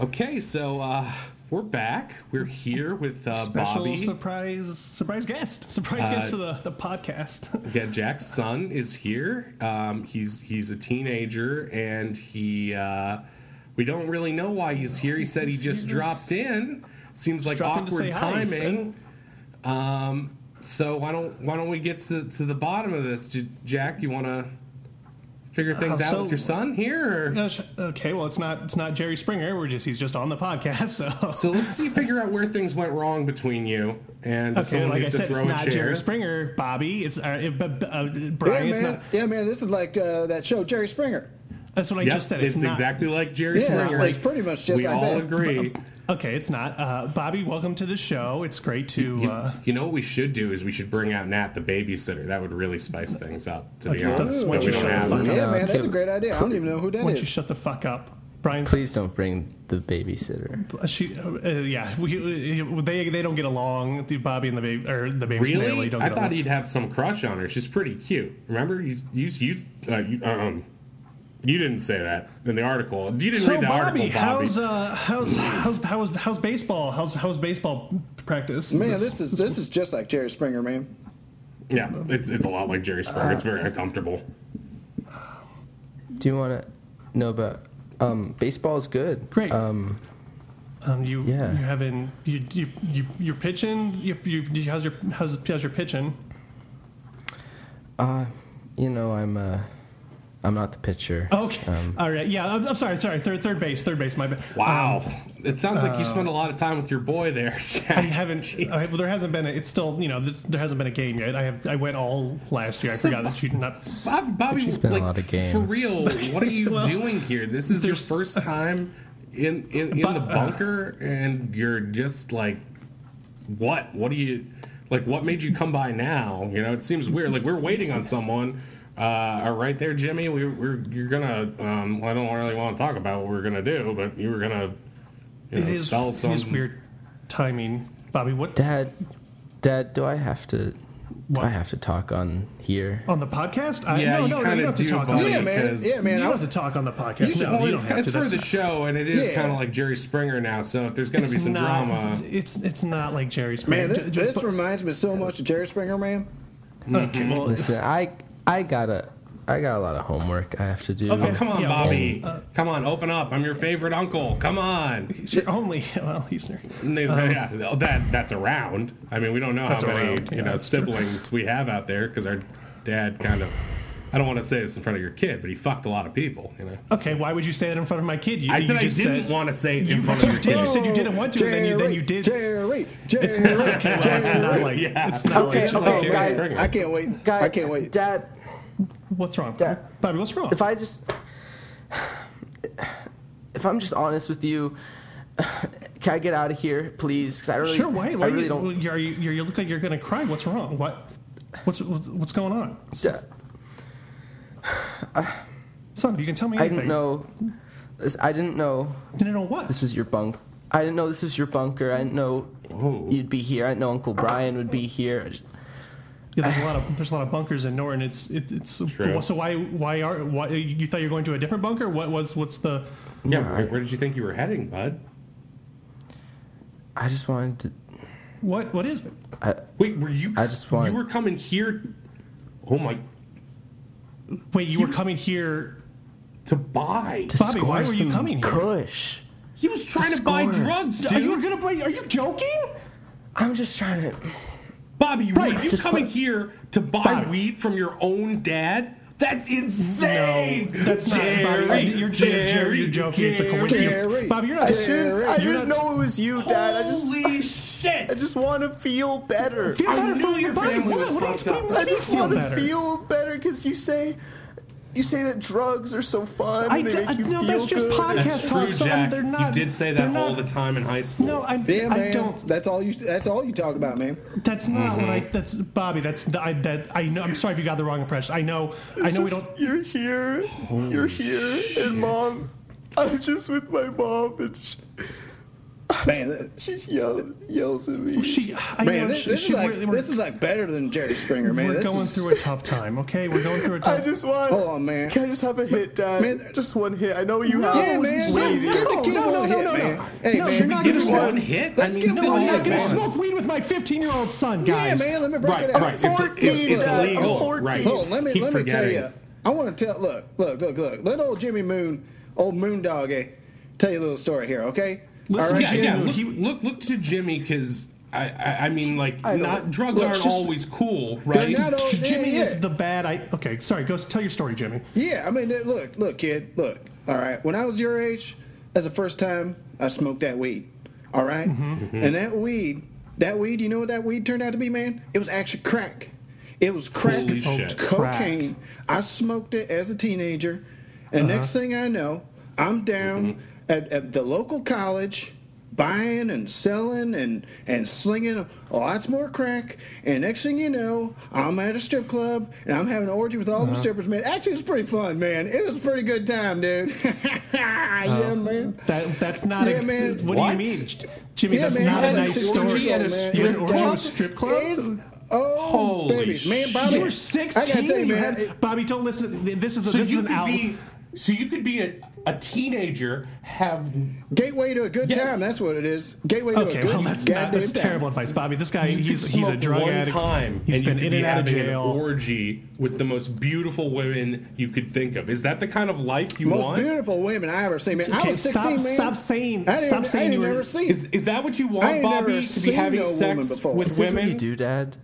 [SPEAKER 3] Okay, so uh, we're back. We're here with uh,
[SPEAKER 2] Special
[SPEAKER 3] Bobby.
[SPEAKER 2] surprise, surprise guest, surprise guest
[SPEAKER 3] Uh,
[SPEAKER 2] for the, the podcast.
[SPEAKER 3] Yeah, Jack's son is here. Um, he's he's a teenager, and he uh, we don't really know why he's here. He said he just dropped in. Seems like
[SPEAKER 2] dropped in to
[SPEAKER 3] awkward
[SPEAKER 2] say hi, he said.
[SPEAKER 3] timing. um, so why don't why don't we get to, to the bottom of this, J- Jack? You want to figure things
[SPEAKER 2] Uh,
[SPEAKER 3] out
[SPEAKER 2] so-
[SPEAKER 3] with your son here? Or?
[SPEAKER 2] Uh, sh- Okay, well, it's not it's not Jerry Springer. We're just he's just on the podcast. So,
[SPEAKER 3] So let's see, figure out where things went wrong between you and if
[SPEAKER 2] okay,
[SPEAKER 3] someone
[SPEAKER 2] like I
[SPEAKER 3] needs
[SPEAKER 2] said,
[SPEAKER 3] to
[SPEAKER 2] it's
[SPEAKER 3] throw a
[SPEAKER 2] not
[SPEAKER 3] chair.
[SPEAKER 2] Jerry Springer, Bobby. It's uh, it, but, uh,
[SPEAKER 5] Yeah,
[SPEAKER 2] Brian. it's
[SPEAKER 5] man.
[SPEAKER 2] not.
[SPEAKER 5] Yeah, man. This is like uh, that show Jerry Springer.
[SPEAKER 2] That's what I
[SPEAKER 3] Yep,
[SPEAKER 2] just said.
[SPEAKER 3] it's,
[SPEAKER 2] It's, not,
[SPEAKER 3] exactly like Jerry
[SPEAKER 5] Yeah, it's
[SPEAKER 3] Springer.
[SPEAKER 5] like- it's pretty much just
[SPEAKER 3] we
[SPEAKER 5] like
[SPEAKER 3] all
[SPEAKER 5] that.
[SPEAKER 3] agree.
[SPEAKER 2] okay. It's not. Uh, Bobby, welcome to the show. It's great to.
[SPEAKER 3] You,
[SPEAKER 2] Uh,
[SPEAKER 3] you know what we should do is we should bring out Nat the babysitter. That would really spice things up. To be
[SPEAKER 2] Okay, that's
[SPEAKER 3] honest,
[SPEAKER 2] what
[SPEAKER 3] but
[SPEAKER 2] you
[SPEAKER 3] we don't
[SPEAKER 2] should
[SPEAKER 3] have.
[SPEAKER 2] fuck
[SPEAKER 3] her.
[SPEAKER 5] Yeah,
[SPEAKER 7] Uh,
[SPEAKER 5] man. That's
[SPEAKER 7] okay.
[SPEAKER 5] a great idea. I don't even know who that
[SPEAKER 2] why don't you
[SPEAKER 5] is.
[SPEAKER 2] shut the fuck up, Brian?
[SPEAKER 7] Please don't bring the babysitter.
[SPEAKER 2] She, uh, yeah, we, uh, they they don't get along. The Bobby and the baby or the baby and Natalie
[SPEAKER 3] Really?
[SPEAKER 2] don't
[SPEAKER 3] I
[SPEAKER 2] get
[SPEAKER 3] thought
[SPEAKER 2] along.
[SPEAKER 3] he'd have some crush on her. She's pretty cute. Remember? You you you, uh, you um you didn't say that in the article. You didn't
[SPEAKER 2] so
[SPEAKER 3] read the
[SPEAKER 2] Bobby,
[SPEAKER 3] article, Bobby.
[SPEAKER 2] how's uh, how's how's how's how's baseball? How's how's baseball practice?
[SPEAKER 5] Man, this is this is just like Jerry Springer, man.
[SPEAKER 3] yeah, it's it's a lot like Jerry Springer. it's
[SPEAKER 2] Uh,
[SPEAKER 3] very uncomfortable.
[SPEAKER 7] Do you want to know about? Um, baseball is good.
[SPEAKER 2] Great.
[SPEAKER 7] Um,
[SPEAKER 2] Um, you
[SPEAKER 7] Yeah.
[SPEAKER 2] you having you you you you're pitching. You, you, you how's your how's, how's your pitching?
[SPEAKER 7] you know, I'm uh, I'm not the pitcher.
[SPEAKER 2] Oh, Okay,
[SPEAKER 7] Um,
[SPEAKER 2] all right. Yeah, I'm, I'm sorry. Sorry, third third base, third base. My bad. Um,
[SPEAKER 3] Wow, it sounds like you spent a lot of time with your boy there.
[SPEAKER 2] uh, I haven't. I, well, there hasn't been. A, it's still you know this, there hasn't been a game yet. I have. I went all last year. I forgot that you not.
[SPEAKER 3] Bob, Bobby,
[SPEAKER 7] She's been a
[SPEAKER 3] like,
[SPEAKER 7] lot of
[SPEAKER 3] for
[SPEAKER 7] games.
[SPEAKER 3] real, what are you
[SPEAKER 2] Well,
[SPEAKER 3] doing here? This is your
[SPEAKER 2] there's-
[SPEAKER 3] first time in in, in
[SPEAKER 2] But- uh,
[SPEAKER 3] the bunker, and you're just like, what? What do you like? What made you come by now? You know, it seems weird. Like we're waiting on someone. Uh, are right there, Jimmy. We, we're you're gonna. Um, I don't really want to talk about what we're gonna do, but you were gonna. You know,
[SPEAKER 2] It is,
[SPEAKER 3] sell some.
[SPEAKER 2] it is weird timing, Bobby. What
[SPEAKER 7] Dad, Dad, do I have to? Do
[SPEAKER 2] What? Oh.
[SPEAKER 7] I have to talk on here?
[SPEAKER 2] on the podcast? I,
[SPEAKER 3] Yeah,
[SPEAKER 2] no,
[SPEAKER 3] you
[SPEAKER 2] no, no.
[SPEAKER 3] kinda
[SPEAKER 2] You don't have to
[SPEAKER 3] do,
[SPEAKER 2] talk on.
[SPEAKER 3] Bobby,
[SPEAKER 5] Yeah,
[SPEAKER 2] the-
[SPEAKER 5] man.
[SPEAKER 3] because-
[SPEAKER 5] Yeah,
[SPEAKER 2] You
[SPEAKER 5] man.
[SPEAKER 2] don't
[SPEAKER 5] I-
[SPEAKER 2] have to talk on the podcast. no,
[SPEAKER 3] well,
[SPEAKER 2] you
[SPEAKER 3] it's,
[SPEAKER 2] don't have
[SPEAKER 3] it's
[SPEAKER 2] to.
[SPEAKER 3] for
[SPEAKER 2] That's-
[SPEAKER 3] the show, and it is
[SPEAKER 5] Yeah.
[SPEAKER 3] kind of like Jerry Springer now. So if there's going to be
[SPEAKER 2] it's
[SPEAKER 3] some
[SPEAKER 2] not,
[SPEAKER 3] drama,
[SPEAKER 2] It's it's not like Jerry's.
[SPEAKER 5] Man, this, this reminds me so much of Jerry Springer, man.
[SPEAKER 2] okay, well,
[SPEAKER 7] Listen, I I got a I got a lot of homework I have to do.
[SPEAKER 3] Oh, come on,
[SPEAKER 2] Yeah, Uh, well,
[SPEAKER 3] Bobby. come on, open up. I'm your favorite uncle. Come on.
[SPEAKER 2] It's your only well, he's there.
[SPEAKER 3] And they-
[SPEAKER 2] Uh-huh.
[SPEAKER 3] yeah, that that's around. I mean, we don't know how
[SPEAKER 2] That's
[SPEAKER 3] many
[SPEAKER 2] around.
[SPEAKER 3] you
[SPEAKER 2] Yeah,
[SPEAKER 3] know
[SPEAKER 2] that's true.
[SPEAKER 3] siblings we have out there because our dad kind of. I don't want to say this in front of your kid, but he fucked a lot of people. You know.
[SPEAKER 2] Okay, why would you say that in front of my kid? You,
[SPEAKER 3] I
[SPEAKER 2] you
[SPEAKER 3] said I didn't
[SPEAKER 2] just said-
[SPEAKER 3] want to say it
[SPEAKER 2] you-
[SPEAKER 3] in front of
[SPEAKER 2] you
[SPEAKER 3] your
[SPEAKER 2] did-
[SPEAKER 3] kid.
[SPEAKER 2] you said you didn't want to, and then you- then you did s-
[SPEAKER 5] Jerry,
[SPEAKER 2] It's not,
[SPEAKER 5] Jerry.
[SPEAKER 2] okay, well, it's not like
[SPEAKER 3] Yeah.
[SPEAKER 2] it's not
[SPEAKER 7] Okay,
[SPEAKER 2] like
[SPEAKER 7] okay,
[SPEAKER 3] Jerry
[SPEAKER 7] guys,
[SPEAKER 3] Springer.
[SPEAKER 5] I can't wait.
[SPEAKER 7] Guys,
[SPEAKER 5] I can't wait.
[SPEAKER 7] Dad,
[SPEAKER 2] What's wrong,
[SPEAKER 7] Dad.
[SPEAKER 2] Bobby? What's wrong?
[SPEAKER 7] if I just if I'm just honest with you, can I get out of here, please? Because I really,
[SPEAKER 2] sure, why? Why
[SPEAKER 7] I really
[SPEAKER 2] you,
[SPEAKER 7] don't.
[SPEAKER 2] Are you, you're, you look like you're gonna cry. What's wrong? What? What's what's going on,
[SPEAKER 7] Dad,
[SPEAKER 2] son? You can tell me.
[SPEAKER 7] I
[SPEAKER 2] Anything.
[SPEAKER 7] didn't know. this- I didn't know
[SPEAKER 2] You didn't know what?
[SPEAKER 7] this was your bunk. I didn't know this was your bunker. I didn't know
[SPEAKER 3] Whoa.
[SPEAKER 7] you'd be here. I didn't know Uncle Brian would be here. I just-
[SPEAKER 2] Yeah, there's a lot of there's a lot of bunkers in Norton. It's it, it's
[SPEAKER 3] True.
[SPEAKER 2] so why why are why you thought you were going to a different bunker? What was what's the
[SPEAKER 3] Yeah.
[SPEAKER 7] No,
[SPEAKER 3] Where,
[SPEAKER 7] I-
[SPEAKER 3] where did you think you were heading, bud?
[SPEAKER 7] I just wanted to.
[SPEAKER 2] what what is it?
[SPEAKER 3] Wait, were you?
[SPEAKER 7] I just want-
[SPEAKER 3] You were coming here. Oh my!
[SPEAKER 2] Wait, you were coming here,
[SPEAKER 3] To buy.
[SPEAKER 7] to
[SPEAKER 2] Bobby, why were
[SPEAKER 7] score
[SPEAKER 2] you
[SPEAKER 7] some
[SPEAKER 2] coming here?
[SPEAKER 7] Kush.
[SPEAKER 3] he was trying to buy
[SPEAKER 7] score.
[SPEAKER 3] drugs, dude.
[SPEAKER 2] Are you gonna play? Are you joking?
[SPEAKER 7] I'm just trying to.
[SPEAKER 3] Bobby, were
[SPEAKER 7] Right,
[SPEAKER 3] you
[SPEAKER 7] just
[SPEAKER 3] coming
[SPEAKER 7] put-
[SPEAKER 3] here to buy
[SPEAKER 2] Bobby.
[SPEAKER 3] weed from your own dad? That's insane.
[SPEAKER 2] No, that's not
[SPEAKER 3] Jerry,
[SPEAKER 2] Bobby. You're, you're,
[SPEAKER 3] Jerry,
[SPEAKER 2] you're joking. It's a
[SPEAKER 3] Jerry.
[SPEAKER 2] coincidence.
[SPEAKER 5] Jerry,
[SPEAKER 2] Bobby, you're not.
[SPEAKER 5] Jerry.
[SPEAKER 2] you're
[SPEAKER 5] I
[SPEAKER 2] not-
[SPEAKER 7] it was you,
[SPEAKER 3] Holy shit!
[SPEAKER 7] want to feel better.
[SPEAKER 2] Feel
[SPEAKER 3] I
[SPEAKER 2] better
[SPEAKER 3] knew
[SPEAKER 2] for your
[SPEAKER 3] your
[SPEAKER 2] body.
[SPEAKER 3] family
[SPEAKER 2] What-
[SPEAKER 3] was
[SPEAKER 2] what do you
[SPEAKER 3] fucked
[SPEAKER 2] expect
[SPEAKER 3] up.
[SPEAKER 2] me to
[SPEAKER 3] I
[SPEAKER 2] do? feel
[SPEAKER 7] wanna
[SPEAKER 2] better.
[SPEAKER 7] feel better because you say you say that drugs are so fun.
[SPEAKER 2] I d- I- no, that's just podcast
[SPEAKER 3] that's true,
[SPEAKER 2] talk. so I'm-
[SPEAKER 3] Jack.
[SPEAKER 2] they're not.
[SPEAKER 3] you did say
[SPEAKER 2] they're
[SPEAKER 3] that all
[SPEAKER 2] not-
[SPEAKER 3] the time in high school.
[SPEAKER 2] No, I,
[SPEAKER 5] Yeah, man.
[SPEAKER 2] I don't.
[SPEAKER 5] That's all you. That's all you talk about, man.
[SPEAKER 2] That's not what
[SPEAKER 5] Mm-hmm.
[SPEAKER 2] I. That's Bobby. That's I, that I know. I'm sorry if you got the wrong impression. I know. I know we don't.
[SPEAKER 7] You're here. you're here, and mom. I'm just with my mom, and she,
[SPEAKER 5] Man, th-
[SPEAKER 7] she yells yells at me.
[SPEAKER 2] She. I know.
[SPEAKER 5] man, this,
[SPEAKER 2] she,
[SPEAKER 5] this
[SPEAKER 2] she-
[SPEAKER 5] is like
[SPEAKER 2] we're, we're,
[SPEAKER 5] this is like better than Jerry Springer, man.
[SPEAKER 2] we're
[SPEAKER 5] This
[SPEAKER 2] going
[SPEAKER 5] is-
[SPEAKER 2] through a tough time. Okay, we're going through a tough.
[SPEAKER 7] want.
[SPEAKER 5] Hold on, man.
[SPEAKER 7] I just have a hit, Dad?
[SPEAKER 5] Man-
[SPEAKER 7] just one hit. I know you
[SPEAKER 5] Yeah, man.
[SPEAKER 2] wait,
[SPEAKER 5] give the
[SPEAKER 2] no,
[SPEAKER 5] kid
[SPEAKER 2] no,
[SPEAKER 5] one
[SPEAKER 2] no,
[SPEAKER 5] hit,
[SPEAKER 2] no, no.
[SPEAKER 5] man. Hey,
[SPEAKER 2] No,
[SPEAKER 5] man,
[SPEAKER 2] you're not
[SPEAKER 5] give
[SPEAKER 2] gonna
[SPEAKER 5] us
[SPEAKER 2] smoke-
[SPEAKER 5] one.
[SPEAKER 3] hit? I
[SPEAKER 5] Let's
[SPEAKER 3] mean,
[SPEAKER 5] give
[SPEAKER 3] it's
[SPEAKER 5] him
[SPEAKER 2] no, I'm
[SPEAKER 5] one
[SPEAKER 3] illegal.
[SPEAKER 2] not gonna
[SPEAKER 5] man.
[SPEAKER 2] smoke weed with my 15 year old son,
[SPEAKER 5] Yeah,
[SPEAKER 2] guys.
[SPEAKER 5] man. Let me break
[SPEAKER 3] Right,
[SPEAKER 5] it out.
[SPEAKER 3] right. It's, it's, it's
[SPEAKER 5] Look,
[SPEAKER 3] illegal.
[SPEAKER 7] I'm 14.
[SPEAKER 3] Right.
[SPEAKER 5] Hold on, let me
[SPEAKER 3] Keep
[SPEAKER 5] let me tell
[SPEAKER 3] forgetting.
[SPEAKER 5] you. I want to tell. Look, look, look, look. Let old Jimmy Moon, old Moon Doggy, tell you a little story here, okay?
[SPEAKER 2] Listen,
[SPEAKER 5] All right,
[SPEAKER 3] Yeah,
[SPEAKER 5] Jimmy?
[SPEAKER 3] yeah.
[SPEAKER 2] Jimmy.
[SPEAKER 3] Look, look, look to Jimmy because I, I, I mean, like,
[SPEAKER 5] I don't-
[SPEAKER 3] not drugs
[SPEAKER 5] Look,
[SPEAKER 3] aren't
[SPEAKER 5] just-
[SPEAKER 3] always cool, right?
[SPEAKER 5] not all-
[SPEAKER 2] J- Jimmy
[SPEAKER 5] yeah,
[SPEAKER 2] is
[SPEAKER 5] yeah.
[SPEAKER 2] the bad. I okay. Sorry. Go s- tell your story, Jimmy.
[SPEAKER 5] Yeah, I mean, look, look, kid, look. All right, when I was your age, that's the first time I smoked that weed. All right?
[SPEAKER 3] Mm-hmm.
[SPEAKER 5] and that weed, that weed, you know what that weed turned out to be, man? It was actually crack. It was crack,
[SPEAKER 3] Holy
[SPEAKER 5] oh,
[SPEAKER 3] shit.
[SPEAKER 5] cocaine. I smoked it as a teenager, and
[SPEAKER 2] Uh-huh.
[SPEAKER 5] next thing I know, I'm down
[SPEAKER 2] Mm-hmm.
[SPEAKER 5] at, at the local college. Buying and selling and, and slinging lots more crack, and next thing you know, I'm at a strip club and I'm having an orgy with all the
[SPEAKER 2] Uh-huh.
[SPEAKER 5] strippers, man. Actually, it was pretty fun, man. It was a pretty good time, dude. yeah, man.
[SPEAKER 2] Uh-huh. That that's not
[SPEAKER 5] Yeah,
[SPEAKER 2] a.
[SPEAKER 5] man.
[SPEAKER 2] What,
[SPEAKER 3] What?
[SPEAKER 2] do you mean, J- Jimmy?
[SPEAKER 5] Yeah,
[SPEAKER 2] that's
[SPEAKER 5] man,
[SPEAKER 2] not
[SPEAKER 5] I
[SPEAKER 2] a
[SPEAKER 5] had
[SPEAKER 2] nice
[SPEAKER 5] an
[SPEAKER 2] story.
[SPEAKER 5] orgy at a
[SPEAKER 2] You had
[SPEAKER 5] strip
[SPEAKER 2] an orgy at a
[SPEAKER 5] club?
[SPEAKER 2] strip club.
[SPEAKER 5] It's- oh,
[SPEAKER 3] Holy
[SPEAKER 5] baby, man, Bobby,
[SPEAKER 2] you were
[SPEAKER 5] I gotta
[SPEAKER 2] sixteen.
[SPEAKER 5] tell you,
[SPEAKER 2] you
[SPEAKER 5] man,
[SPEAKER 2] had-
[SPEAKER 5] it-
[SPEAKER 2] Bobby, don't listen. Th- This is a,
[SPEAKER 3] So
[SPEAKER 2] this is
[SPEAKER 3] you
[SPEAKER 2] an
[SPEAKER 3] could
[SPEAKER 2] out.
[SPEAKER 3] be, so you could be a, a teenager, have
[SPEAKER 5] gateway to a good
[SPEAKER 3] Yeah.
[SPEAKER 5] time. That's what it is. Gateway to a
[SPEAKER 2] Okay,
[SPEAKER 5] good
[SPEAKER 2] well that's not,
[SPEAKER 5] goddamn
[SPEAKER 2] that's
[SPEAKER 5] time.
[SPEAKER 2] terrible advice, Bobby. This guy,
[SPEAKER 3] you
[SPEAKER 2] he's
[SPEAKER 3] could
[SPEAKER 2] he's a
[SPEAKER 3] smoke
[SPEAKER 2] drug
[SPEAKER 3] one
[SPEAKER 2] addict.
[SPEAKER 3] time,
[SPEAKER 2] he's
[SPEAKER 3] and
[SPEAKER 2] been
[SPEAKER 3] you could
[SPEAKER 2] in
[SPEAKER 3] be
[SPEAKER 2] and out of
[SPEAKER 3] having
[SPEAKER 2] jail.
[SPEAKER 3] An orgy with the most beautiful women you could think of. Is that the kind of life you
[SPEAKER 5] Most
[SPEAKER 3] want?
[SPEAKER 5] beautiful women I ever seen, man. I
[SPEAKER 2] Okay,
[SPEAKER 5] was
[SPEAKER 2] stop-
[SPEAKER 5] 16, man.
[SPEAKER 2] stop saying-
[SPEAKER 5] I didn't,
[SPEAKER 2] stop saying
[SPEAKER 5] I didn't
[SPEAKER 2] you were-
[SPEAKER 5] ever see.
[SPEAKER 3] Is, is that what you
[SPEAKER 5] I
[SPEAKER 3] want,
[SPEAKER 5] ain't never
[SPEAKER 3] Bobby? To be
[SPEAKER 5] seen
[SPEAKER 3] having
[SPEAKER 5] no woman
[SPEAKER 3] sex
[SPEAKER 5] before.
[SPEAKER 3] with
[SPEAKER 7] Is this what you
[SPEAKER 3] women?
[SPEAKER 7] do, Dad?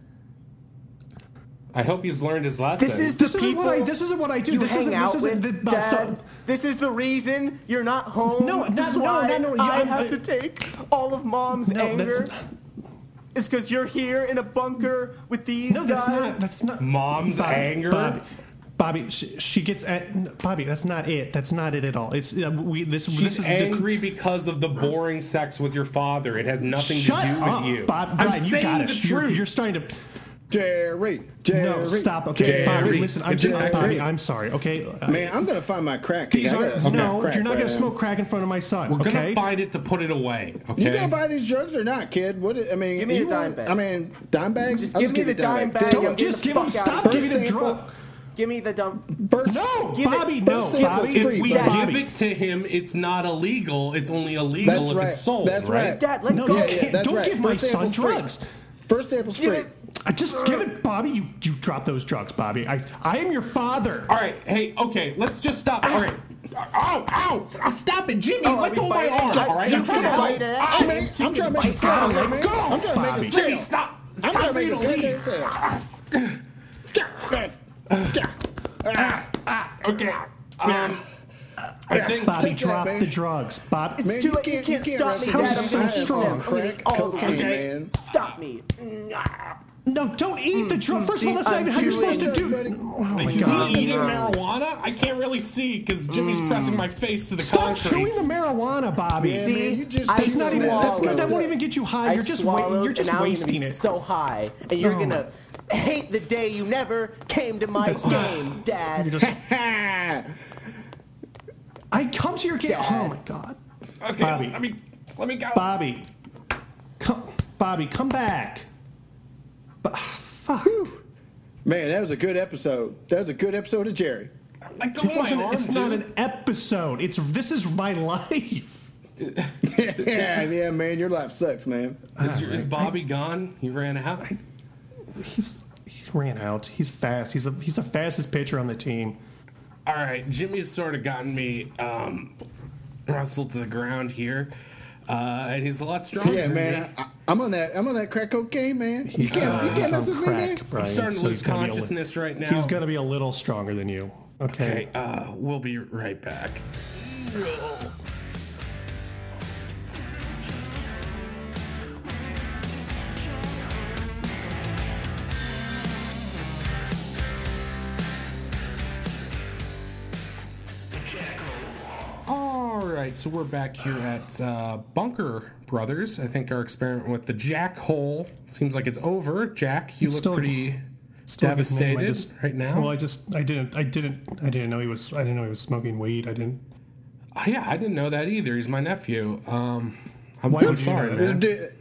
[SPEAKER 3] I hope he's learned his lesson.
[SPEAKER 8] This is the
[SPEAKER 2] This isn't
[SPEAKER 8] people
[SPEAKER 2] what I. This isn't what I do.
[SPEAKER 8] you
[SPEAKER 2] this
[SPEAKER 8] hang
[SPEAKER 2] isn't.
[SPEAKER 8] out
[SPEAKER 2] This isn't.
[SPEAKER 8] with,
[SPEAKER 2] The,
[SPEAKER 8] Dad.
[SPEAKER 2] so,
[SPEAKER 8] this is the reason you're not home.
[SPEAKER 2] No,
[SPEAKER 8] this
[SPEAKER 2] not-
[SPEAKER 8] is
[SPEAKER 2] no,
[SPEAKER 8] why
[SPEAKER 2] no, no, you-
[SPEAKER 8] I
[SPEAKER 2] I'm-
[SPEAKER 8] have
[SPEAKER 2] I-
[SPEAKER 8] to take all of Mom's
[SPEAKER 2] no,
[SPEAKER 8] anger.
[SPEAKER 2] that's
[SPEAKER 8] It's because you're here in a bunker with these
[SPEAKER 2] no,
[SPEAKER 8] guys.
[SPEAKER 2] that's not. That's not.
[SPEAKER 3] Mom's
[SPEAKER 2] Bobby,
[SPEAKER 3] anger?
[SPEAKER 2] Bobby, Bobby she, she gets at n- Bobby. That's not it. That's not it at all. It's uh, we. This this
[SPEAKER 3] She's
[SPEAKER 2] is the-
[SPEAKER 3] angry because of the boring sex with your father. It has nothing
[SPEAKER 2] Shut
[SPEAKER 3] to do
[SPEAKER 2] up,
[SPEAKER 3] with you.
[SPEAKER 2] Bob.
[SPEAKER 3] I'm
[SPEAKER 2] Brian, you
[SPEAKER 3] saying
[SPEAKER 2] got
[SPEAKER 3] the
[SPEAKER 2] it. You're,
[SPEAKER 3] truth.
[SPEAKER 2] you're starting to.
[SPEAKER 5] Jerry, Jerry.
[SPEAKER 2] No, stop. Okay, Bobby,
[SPEAKER 3] Jerry,
[SPEAKER 2] listen. I'm
[SPEAKER 3] it's
[SPEAKER 2] just,
[SPEAKER 5] an
[SPEAKER 2] Bobby,
[SPEAKER 5] actress.
[SPEAKER 2] I'm sorry. Okay, Uh,
[SPEAKER 5] man, I'm gonna find my crack.
[SPEAKER 2] these
[SPEAKER 5] I gotta
[SPEAKER 2] aren't.
[SPEAKER 5] smoke
[SPEAKER 2] No,
[SPEAKER 5] crack,
[SPEAKER 2] you're not gonna
[SPEAKER 5] man.
[SPEAKER 2] smoke crack in front of my son.
[SPEAKER 3] We're
[SPEAKER 2] okay,
[SPEAKER 3] gonna find it to put it away. Okay.
[SPEAKER 5] You gonna buy these drugs or not, kid? What I mean,
[SPEAKER 8] Give me the
[SPEAKER 5] you want-
[SPEAKER 8] dime bag.
[SPEAKER 5] I mean, dime bag.
[SPEAKER 8] Just
[SPEAKER 5] I'll
[SPEAKER 8] give me the dime bag.
[SPEAKER 5] Dude,
[SPEAKER 8] I'm
[SPEAKER 2] don't
[SPEAKER 8] getting
[SPEAKER 2] just
[SPEAKER 8] the
[SPEAKER 2] give him.
[SPEAKER 8] fuck out
[SPEAKER 2] Stop
[SPEAKER 8] of
[SPEAKER 5] here.
[SPEAKER 2] giving him
[SPEAKER 5] First
[SPEAKER 2] drug.
[SPEAKER 5] sample.
[SPEAKER 8] Give me the dump.
[SPEAKER 5] First,
[SPEAKER 2] No,
[SPEAKER 8] Give it-
[SPEAKER 2] Bobby.
[SPEAKER 5] First
[SPEAKER 2] No,
[SPEAKER 5] sample's
[SPEAKER 2] Bobby.
[SPEAKER 5] free,
[SPEAKER 3] if we
[SPEAKER 5] Bobby.
[SPEAKER 3] give it to him, it's not illegal. It's only illegal
[SPEAKER 5] That's
[SPEAKER 3] if
[SPEAKER 5] right.
[SPEAKER 3] it's sold.
[SPEAKER 5] That's
[SPEAKER 3] right.
[SPEAKER 5] right.
[SPEAKER 8] Dad, let
[SPEAKER 2] No,
[SPEAKER 8] go.
[SPEAKER 2] you
[SPEAKER 5] Yeah,
[SPEAKER 2] can't.
[SPEAKER 5] yeah, that's
[SPEAKER 2] don't
[SPEAKER 5] right.
[SPEAKER 2] give my
[SPEAKER 5] First
[SPEAKER 2] son
[SPEAKER 5] sample's free.
[SPEAKER 2] drugs.
[SPEAKER 5] First sample's
[SPEAKER 8] Give
[SPEAKER 5] free.
[SPEAKER 8] it-
[SPEAKER 2] I just give it, Bobby. You you drop those drugs, Bobby. I I am your father.
[SPEAKER 3] All right. Hey. Okay. Let's just stop. All right. Ow! Ow! s- uh, Stop it, Jimmy!
[SPEAKER 8] Oh,
[SPEAKER 3] let
[SPEAKER 8] I
[SPEAKER 3] go of my
[SPEAKER 8] bite it.
[SPEAKER 3] arm.
[SPEAKER 8] I-
[SPEAKER 3] All right. Oh,
[SPEAKER 8] you
[SPEAKER 3] I'm trying to
[SPEAKER 8] can
[SPEAKER 3] help.
[SPEAKER 8] bite it.
[SPEAKER 5] I'm, man, I'm trying to make a sale,
[SPEAKER 2] Bobby.
[SPEAKER 5] man. I'm trying to make
[SPEAKER 2] Bobby.
[SPEAKER 5] a
[SPEAKER 3] Jimmy,
[SPEAKER 5] sale.
[SPEAKER 3] stop!
[SPEAKER 5] I'm
[SPEAKER 3] Stop
[SPEAKER 5] trying to
[SPEAKER 3] for
[SPEAKER 5] make
[SPEAKER 3] you to
[SPEAKER 5] a goddamn
[SPEAKER 3] leave.
[SPEAKER 5] sale.
[SPEAKER 3] Ah, Okay.
[SPEAKER 2] Ah,
[SPEAKER 3] Um.
[SPEAKER 2] oh
[SPEAKER 3] I think.
[SPEAKER 2] Bobby,
[SPEAKER 5] Take that,
[SPEAKER 2] drop
[SPEAKER 5] man.
[SPEAKER 2] the drugs. Bob,
[SPEAKER 8] It's
[SPEAKER 5] Man,
[SPEAKER 8] too
[SPEAKER 5] you
[SPEAKER 8] late. You
[SPEAKER 5] can't-
[SPEAKER 8] can't,
[SPEAKER 5] you can't
[SPEAKER 8] stop
[SPEAKER 5] rest
[SPEAKER 8] me,
[SPEAKER 2] on
[SPEAKER 8] Dad.
[SPEAKER 2] that.
[SPEAKER 8] I'm gonna
[SPEAKER 2] So
[SPEAKER 8] eat them.
[SPEAKER 2] strong.
[SPEAKER 8] I'm gonna eat
[SPEAKER 5] Crack
[SPEAKER 8] all the
[SPEAKER 5] cocaine,
[SPEAKER 8] way.
[SPEAKER 5] man.
[SPEAKER 8] Stop me.
[SPEAKER 2] no, don't eat
[SPEAKER 5] Mm,
[SPEAKER 2] the drugs. First of all, that's not
[SPEAKER 8] I'm
[SPEAKER 2] even how you're supposed to
[SPEAKER 5] chewing.
[SPEAKER 2] do. Oh my
[SPEAKER 3] Is
[SPEAKER 2] god! Mm.
[SPEAKER 3] he eating marijuana? I can't really see because Jimmy's pressing my face to the
[SPEAKER 2] Stop
[SPEAKER 3] concrete.
[SPEAKER 2] chewing the marijuana, Bobby.
[SPEAKER 5] Yeah,
[SPEAKER 8] See,
[SPEAKER 5] man, you just
[SPEAKER 8] I
[SPEAKER 5] that's
[SPEAKER 2] It's not even,
[SPEAKER 8] swallowed.
[SPEAKER 2] that's not, that
[SPEAKER 8] Swallowed.
[SPEAKER 2] won't even get you high.
[SPEAKER 8] I
[SPEAKER 2] Uh, you're just wa-
[SPEAKER 8] swallowed,
[SPEAKER 2] you're just
[SPEAKER 8] and now I'm gonna
[SPEAKER 2] wasting
[SPEAKER 8] be
[SPEAKER 2] it.
[SPEAKER 8] So high, and you're
[SPEAKER 2] Oh
[SPEAKER 8] gonna hate the day you never came to my
[SPEAKER 2] That's-
[SPEAKER 8] game, Dad.
[SPEAKER 2] You're just.
[SPEAKER 5] Ha!
[SPEAKER 2] I come to your game. Oh my god,
[SPEAKER 3] Okay.
[SPEAKER 2] Bobby.
[SPEAKER 3] Let me. Let me go.
[SPEAKER 2] Bobby, come, Bobby, come back. But ah, fuck.
[SPEAKER 5] Man, that was a good episode. That was a good episode of Jerry.
[SPEAKER 3] Let go of my
[SPEAKER 2] Listen,
[SPEAKER 3] arm,
[SPEAKER 2] it's
[SPEAKER 3] dude.
[SPEAKER 2] not an episode. It's this is my life.
[SPEAKER 5] Yeah, yeah, man, your life sucks, man.
[SPEAKER 3] Is, your, is Bobby gone? He ran out.
[SPEAKER 2] He's he ran out. He's fast. He's the he's the fastest pitcher on the team.
[SPEAKER 3] All right, Jimmy's sort of gotten me um, wrestled to the ground here, uh, and he's a lot stronger.
[SPEAKER 5] Yeah,
[SPEAKER 3] than
[SPEAKER 5] Oh, man,
[SPEAKER 3] me.
[SPEAKER 5] I, I'm on that. I'm on that crack cocaine, man. You
[SPEAKER 2] He's,
[SPEAKER 5] can't,
[SPEAKER 2] uh,
[SPEAKER 5] you
[SPEAKER 2] he's
[SPEAKER 5] can't mess
[SPEAKER 2] on
[SPEAKER 5] with me, man.
[SPEAKER 2] crack, Brian.
[SPEAKER 3] starting to
[SPEAKER 2] so
[SPEAKER 3] lose
[SPEAKER 2] he's gonna be a li-
[SPEAKER 3] consciousness right now.
[SPEAKER 2] He's gonna be a little stronger than you. Okay.
[SPEAKER 3] Okay, uh, we'll be right back. All right, so we're back here at uh, Bunker Brothers. I think our experiment with the jack hole seems like it's over. Jack, you
[SPEAKER 2] It's
[SPEAKER 3] look
[SPEAKER 2] still-
[SPEAKER 3] pretty
[SPEAKER 2] Still his name, I
[SPEAKER 3] devastated
[SPEAKER 2] just-
[SPEAKER 3] right now.
[SPEAKER 2] Well, I just I didn't I didn't I didn't know he was I didn't know he was smoking weed. I didn't.
[SPEAKER 3] Oh, yeah, I didn't know that either. He's my nephew. Um, I'm,
[SPEAKER 2] Why
[SPEAKER 3] I'm
[SPEAKER 2] would you
[SPEAKER 3] sorry,
[SPEAKER 2] know that?
[SPEAKER 3] man.
[SPEAKER 5] Dude,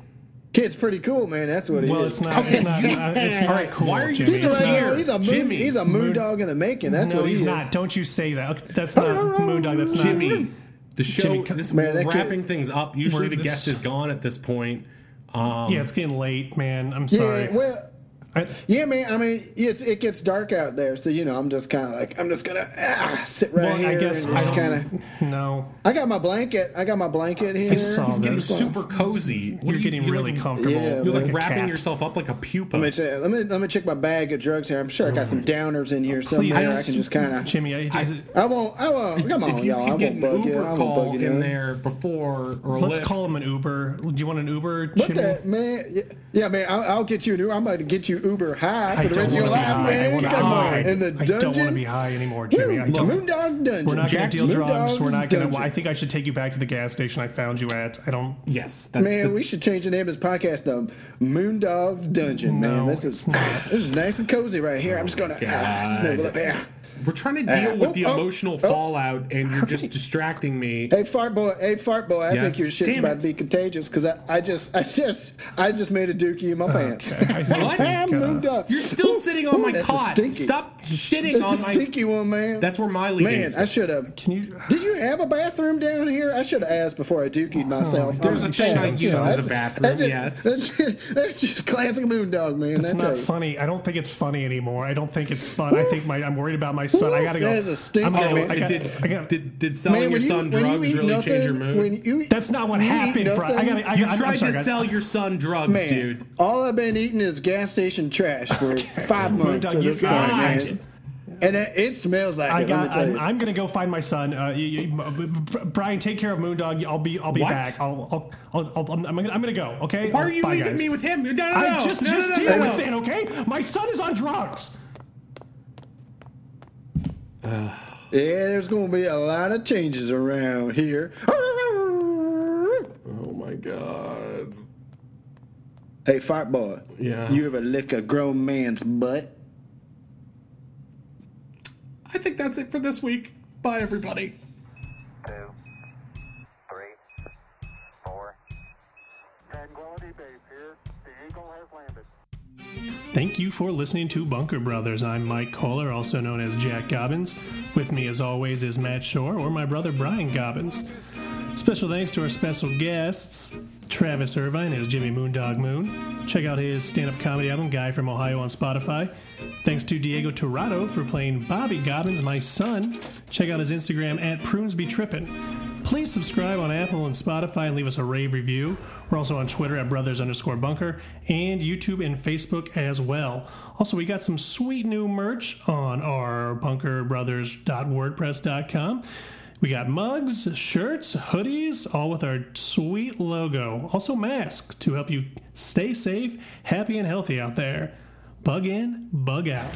[SPEAKER 5] kid's pretty cool, man. That's what he
[SPEAKER 2] Well,
[SPEAKER 5] is.
[SPEAKER 2] it's not. It's not. uh, it's not
[SPEAKER 3] All right,
[SPEAKER 2] cool.
[SPEAKER 3] why are you
[SPEAKER 2] Jimmy.
[SPEAKER 5] He's,
[SPEAKER 2] It's
[SPEAKER 5] a,
[SPEAKER 3] still
[SPEAKER 2] not-
[SPEAKER 3] here?
[SPEAKER 5] he's a moon.
[SPEAKER 3] Jimmy.
[SPEAKER 5] He's a moon dog in the making. That's
[SPEAKER 2] No,
[SPEAKER 5] what he
[SPEAKER 2] he's
[SPEAKER 5] is.
[SPEAKER 2] not. Don't you say that. Okay, That's not Moondog. That's not
[SPEAKER 3] Jimmy, the show.
[SPEAKER 2] Jimmy,
[SPEAKER 3] this,
[SPEAKER 5] Man,
[SPEAKER 3] we're
[SPEAKER 5] that Oh, could-
[SPEAKER 3] wrapping things up. Usually,
[SPEAKER 2] We're-
[SPEAKER 3] the guest
[SPEAKER 2] this-
[SPEAKER 3] is gone at this point. Um,
[SPEAKER 2] Yeah, it's getting late, man. I'm
[SPEAKER 5] Yeah,
[SPEAKER 2] sorry.
[SPEAKER 5] well,
[SPEAKER 2] I,
[SPEAKER 5] Yeah, man. I mean, it's it gets dark out there, so you know, I'm just kind of like, I'm just gonna ah, sit right
[SPEAKER 2] well,
[SPEAKER 5] here
[SPEAKER 2] I guess
[SPEAKER 5] and
[SPEAKER 2] I
[SPEAKER 5] just
[SPEAKER 2] don't
[SPEAKER 5] kind of.
[SPEAKER 2] no.
[SPEAKER 5] I got my blanket. I got my blanket here.
[SPEAKER 2] saw
[SPEAKER 5] Let
[SPEAKER 2] that.
[SPEAKER 3] Getting
[SPEAKER 2] That's fine.
[SPEAKER 3] super cozy. What
[SPEAKER 2] You're
[SPEAKER 3] are you-
[SPEAKER 2] getting
[SPEAKER 3] you're
[SPEAKER 2] really
[SPEAKER 3] like-
[SPEAKER 2] comfortable.
[SPEAKER 5] Yeah,
[SPEAKER 3] You're like,
[SPEAKER 2] a
[SPEAKER 3] wrapping
[SPEAKER 2] cat.
[SPEAKER 3] yourself up like a pupa.
[SPEAKER 5] me check, let me let me check my bag of drugs here. I'm sure I got some downers in here
[SPEAKER 2] Oh, Please,
[SPEAKER 5] somewhere. I can just kind of.
[SPEAKER 2] Jimmy. I,
[SPEAKER 5] I won't. I won't. Come on,
[SPEAKER 3] if you
[SPEAKER 5] y'all. I
[SPEAKER 3] can get
[SPEAKER 5] won't bug
[SPEAKER 3] an
[SPEAKER 5] you.
[SPEAKER 3] Uber
[SPEAKER 5] I won't
[SPEAKER 3] call
[SPEAKER 5] bug you.
[SPEAKER 3] in
[SPEAKER 5] none.
[SPEAKER 3] there before or
[SPEAKER 2] let's
[SPEAKER 3] Lyft,
[SPEAKER 2] call him an Uber. Do you want an Uber,
[SPEAKER 5] What
[SPEAKER 2] Jimmy?
[SPEAKER 5] the man? Yeah, man. I'll, I'll get you an Uber. I'm about to get you Uber high for
[SPEAKER 2] I
[SPEAKER 5] the rest
[SPEAKER 2] don't
[SPEAKER 5] of your
[SPEAKER 2] want to be
[SPEAKER 5] life,
[SPEAKER 2] high. I
[SPEAKER 5] man.
[SPEAKER 2] wanna be
[SPEAKER 5] Come on.
[SPEAKER 2] high.
[SPEAKER 5] In the
[SPEAKER 2] I
[SPEAKER 5] dungeon.
[SPEAKER 2] don't want to be high anymore, Jimmy. I
[SPEAKER 5] Moon-
[SPEAKER 2] don't.
[SPEAKER 5] Moondog Dungeon.
[SPEAKER 2] We're not going
[SPEAKER 3] Jack's
[SPEAKER 2] to deal drugs.
[SPEAKER 5] Moondog's
[SPEAKER 2] We're not going to.
[SPEAKER 5] Dungeon.
[SPEAKER 2] I think I should take you back to the gas station I found you at. I don't.
[SPEAKER 3] Yes, that's,
[SPEAKER 5] man,
[SPEAKER 3] that's
[SPEAKER 5] we should change the name of this podcast to Moondog's Dungeon, man.
[SPEAKER 2] No,
[SPEAKER 5] This is
[SPEAKER 2] it's not.
[SPEAKER 5] this is nice and cozy right here. I'm just gonna ah,
[SPEAKER 3] God.
[SPEAKER 5] snuggle up here.
[SPEAKER 3] We're trying to deal with
[SPEAKER 5] oh,
[SPEAKER 3] the
[SPEAKER 5] oh,
[SPEAKER 3] emotional
[SPEAKER 5] oh. Eh,
[SPEAKER 3] fallout, and you're just distracting me.
[SPEAKER 5] Hey fart boy, hey fart boy, I think
[SPEAKER 3] Yes.
[SPEAKER 5] your shit's
[SPEAKER 3] Damn
[SPEAKER 5] about
[SPEAKER 3] it.
[SPEAKER 5] to be contagious because I, I just I just I just made a dookie in my pants.
[SPEAKER 2] what?
[SPEAKER 5] I'm Moondog.
[SPEAKER 3] You're still
[SPEAKER 5] Ooh,
[SPEAKER 3] sitting on
[SPEAKER 5] ooh,
[SPEAKER 3] my
[SPEAKER 5] that's a
[SPEAKER 3] cot.
[SPEAKER 5] stinky-
[SPEAKER 3] Stop shitting
[SPEAKER 5] That's
[SPEAKER 3] on
[SPEAKER 5] a
[SPEAKER 3] my.
[SPEAKER 5] stinky one, man.
[SPEAKER 3] That's where my lead
[SPEAKER 5] man.
[SPEAKER 3] is.
[SPEAKER 5] I should have.
[SPEAKER 2] Can you?
[SPEAKER 5] Did you have a bathroom down here? I should have asked before I dookied myself.
[SPEAKER 3] Oh, There's a
[SPEAKER 5] I'm
[SPEAKER 3] thing I
[SPEAKER 5] damn,
[SPEAKER 3] use
[SPEAKER 5] you know,
[SPEAKER 3] as a
[SPEAKER 5] that's-
[SPEAKER 3] bathroom,
[SPEAKER 5] that's just-
[SPEAKER 3] yes.
[SPEAKER 5] that's just, that's just classic moondog, man.
[SPEAKER 2] It's
[SPEAKER 5] I tell
[SPEAKER 2] not
[SPEAKER 5] you.
[SPEAKER 2] funny. I don't think it's funny anymore. I don't think it's fun. I think my I'm worried about my son. I
[SPEAKER 5] Woo,
[SPEAKER 2] gotta go.
[SPEAKER 5] that is a stinker,
[SPEAKER 2] I'm gonna-
[SPEAKER 5] man.
[SPEAKER 2] I got,
[SPEAKER 3] did,
[SPEAKER 2] I got,
[SPEAKER 3] did did selling
[SPEAKER 5] Man,
[SPEAKER 3] your
[SPEAKER 5] when you-
[SPEAKER 3] son
[SPEAKER 5] when you
[SPEAKER 3] drugs
[SPEAKER 5] eat
[SPEAKER 3] really change your
[SPEAKER 5] nothing-
[SPEAKER 3] mood?
[SPEAKER 5] when you eat-
[SPEAKER 2] That's not what
[SPEAKER 5] you eat
[SPEAKER 2] happened, bro. I
[SPEAKER 5] nothing,
[SPEAKER 2] gotta. I,
[SPEAKER 3] you
[SPEAKER 2] I'm- I'm
[SPEAKER 3] tried
[SPEAKER 2] sorry,
[SPEAKER 3] to
[SPEAKER 2] guys.
[SPEAKER 3] sell your son drugs,
[SPEAKER 5] man,
[SPEAKER 3] dude.
[SPEAKER 5] All I've been eating is gas station trash for five months
[SPEAKER 2] Moondog,
[SPEAKER 5] at
[SPEAKER 2] you
[SPEAKER 5] this point, man.
[SPEAKER 2] guys.
[SPEAKER 5] And it, it smells like
[SPEAKER 2] I
[SPEAKER 5] it.
[SPEAKER 2] got.
[SPEAKER 5] let me
[SPEAKER 2] I'm,
[SPEAKER 5] tell you.
[SPEAKER 2] I'm gonna go find my son. Uh, you, you, b- b- Brian, take care of Moondog. I'll be. I'll be
[SPEAKER 3] What?
[SPEAKER 2] back. I'll. I'll. I'll. I'll I'm, gonna, I'm gonna go. Okay.
[SPEAKER 3] Why are you
[SPEAKER 2] Bye,
[SPEAKER 3] leaving
[SPEAKER 2] guys.
[SPEAKER 3] me with him? You're no, no,
[SPEAKER 2] I
[SPEAKER 3] no,
[SPEAKER 2] just
[SPEAKER 3] no,
[SPEAKER 2] just
[SPEAKER 3] no, no,
[SPEAKER 2] deal
[SPEAKER 3] no,
[SPEAKER 2] with
[SPEAKER 3] no.
[SPEAKER 2] it. Okay. My son is on drugs.
[SPEAKER 5] yeah, there's going to be a lot of changes around here.
[SPEAKER 3] Oh my god.
[SPEAKER 5] Hey, fart boy.
[SPEAKER 3] Yeah.
[SPEAKER 5] You ever lick a grown man's butt?
[SPEAKER 3] I think that's it for this week. Bye everybody.
[SPEAKER 1] Two, three, four. Tranquility Base here. The Eagle has landed.
[SPEAKER 2] Thank you for listening to Bunker Brothers. I'm Mike Kohler, also known as Jack Gobbins. With me, as always, is Matt Shore or my brother Brian Gobbins. Special thanks to our special guests Travis Irvine as Jimmy Moondog Moon. Check out his stand up comedy album, Guy from Ohio, on Spotify. Thanks to Diego Torado for playing Bobby Gobbins, my son. Check out his Instagram at prunesbetrippin'. Please subscribe on Apple and Spotify and leave us a rave review. We're also on Twitter at brothers underscore bunker and YouTube and Facebook as well. Also, we got some sweet new merch on our bunkerbrothers.wordpress.com. We got mugs, shirts, hoodies, all with our sweet logo. Also, masks to help you stay safe, happy, and healthy out there. Bug in, bug out.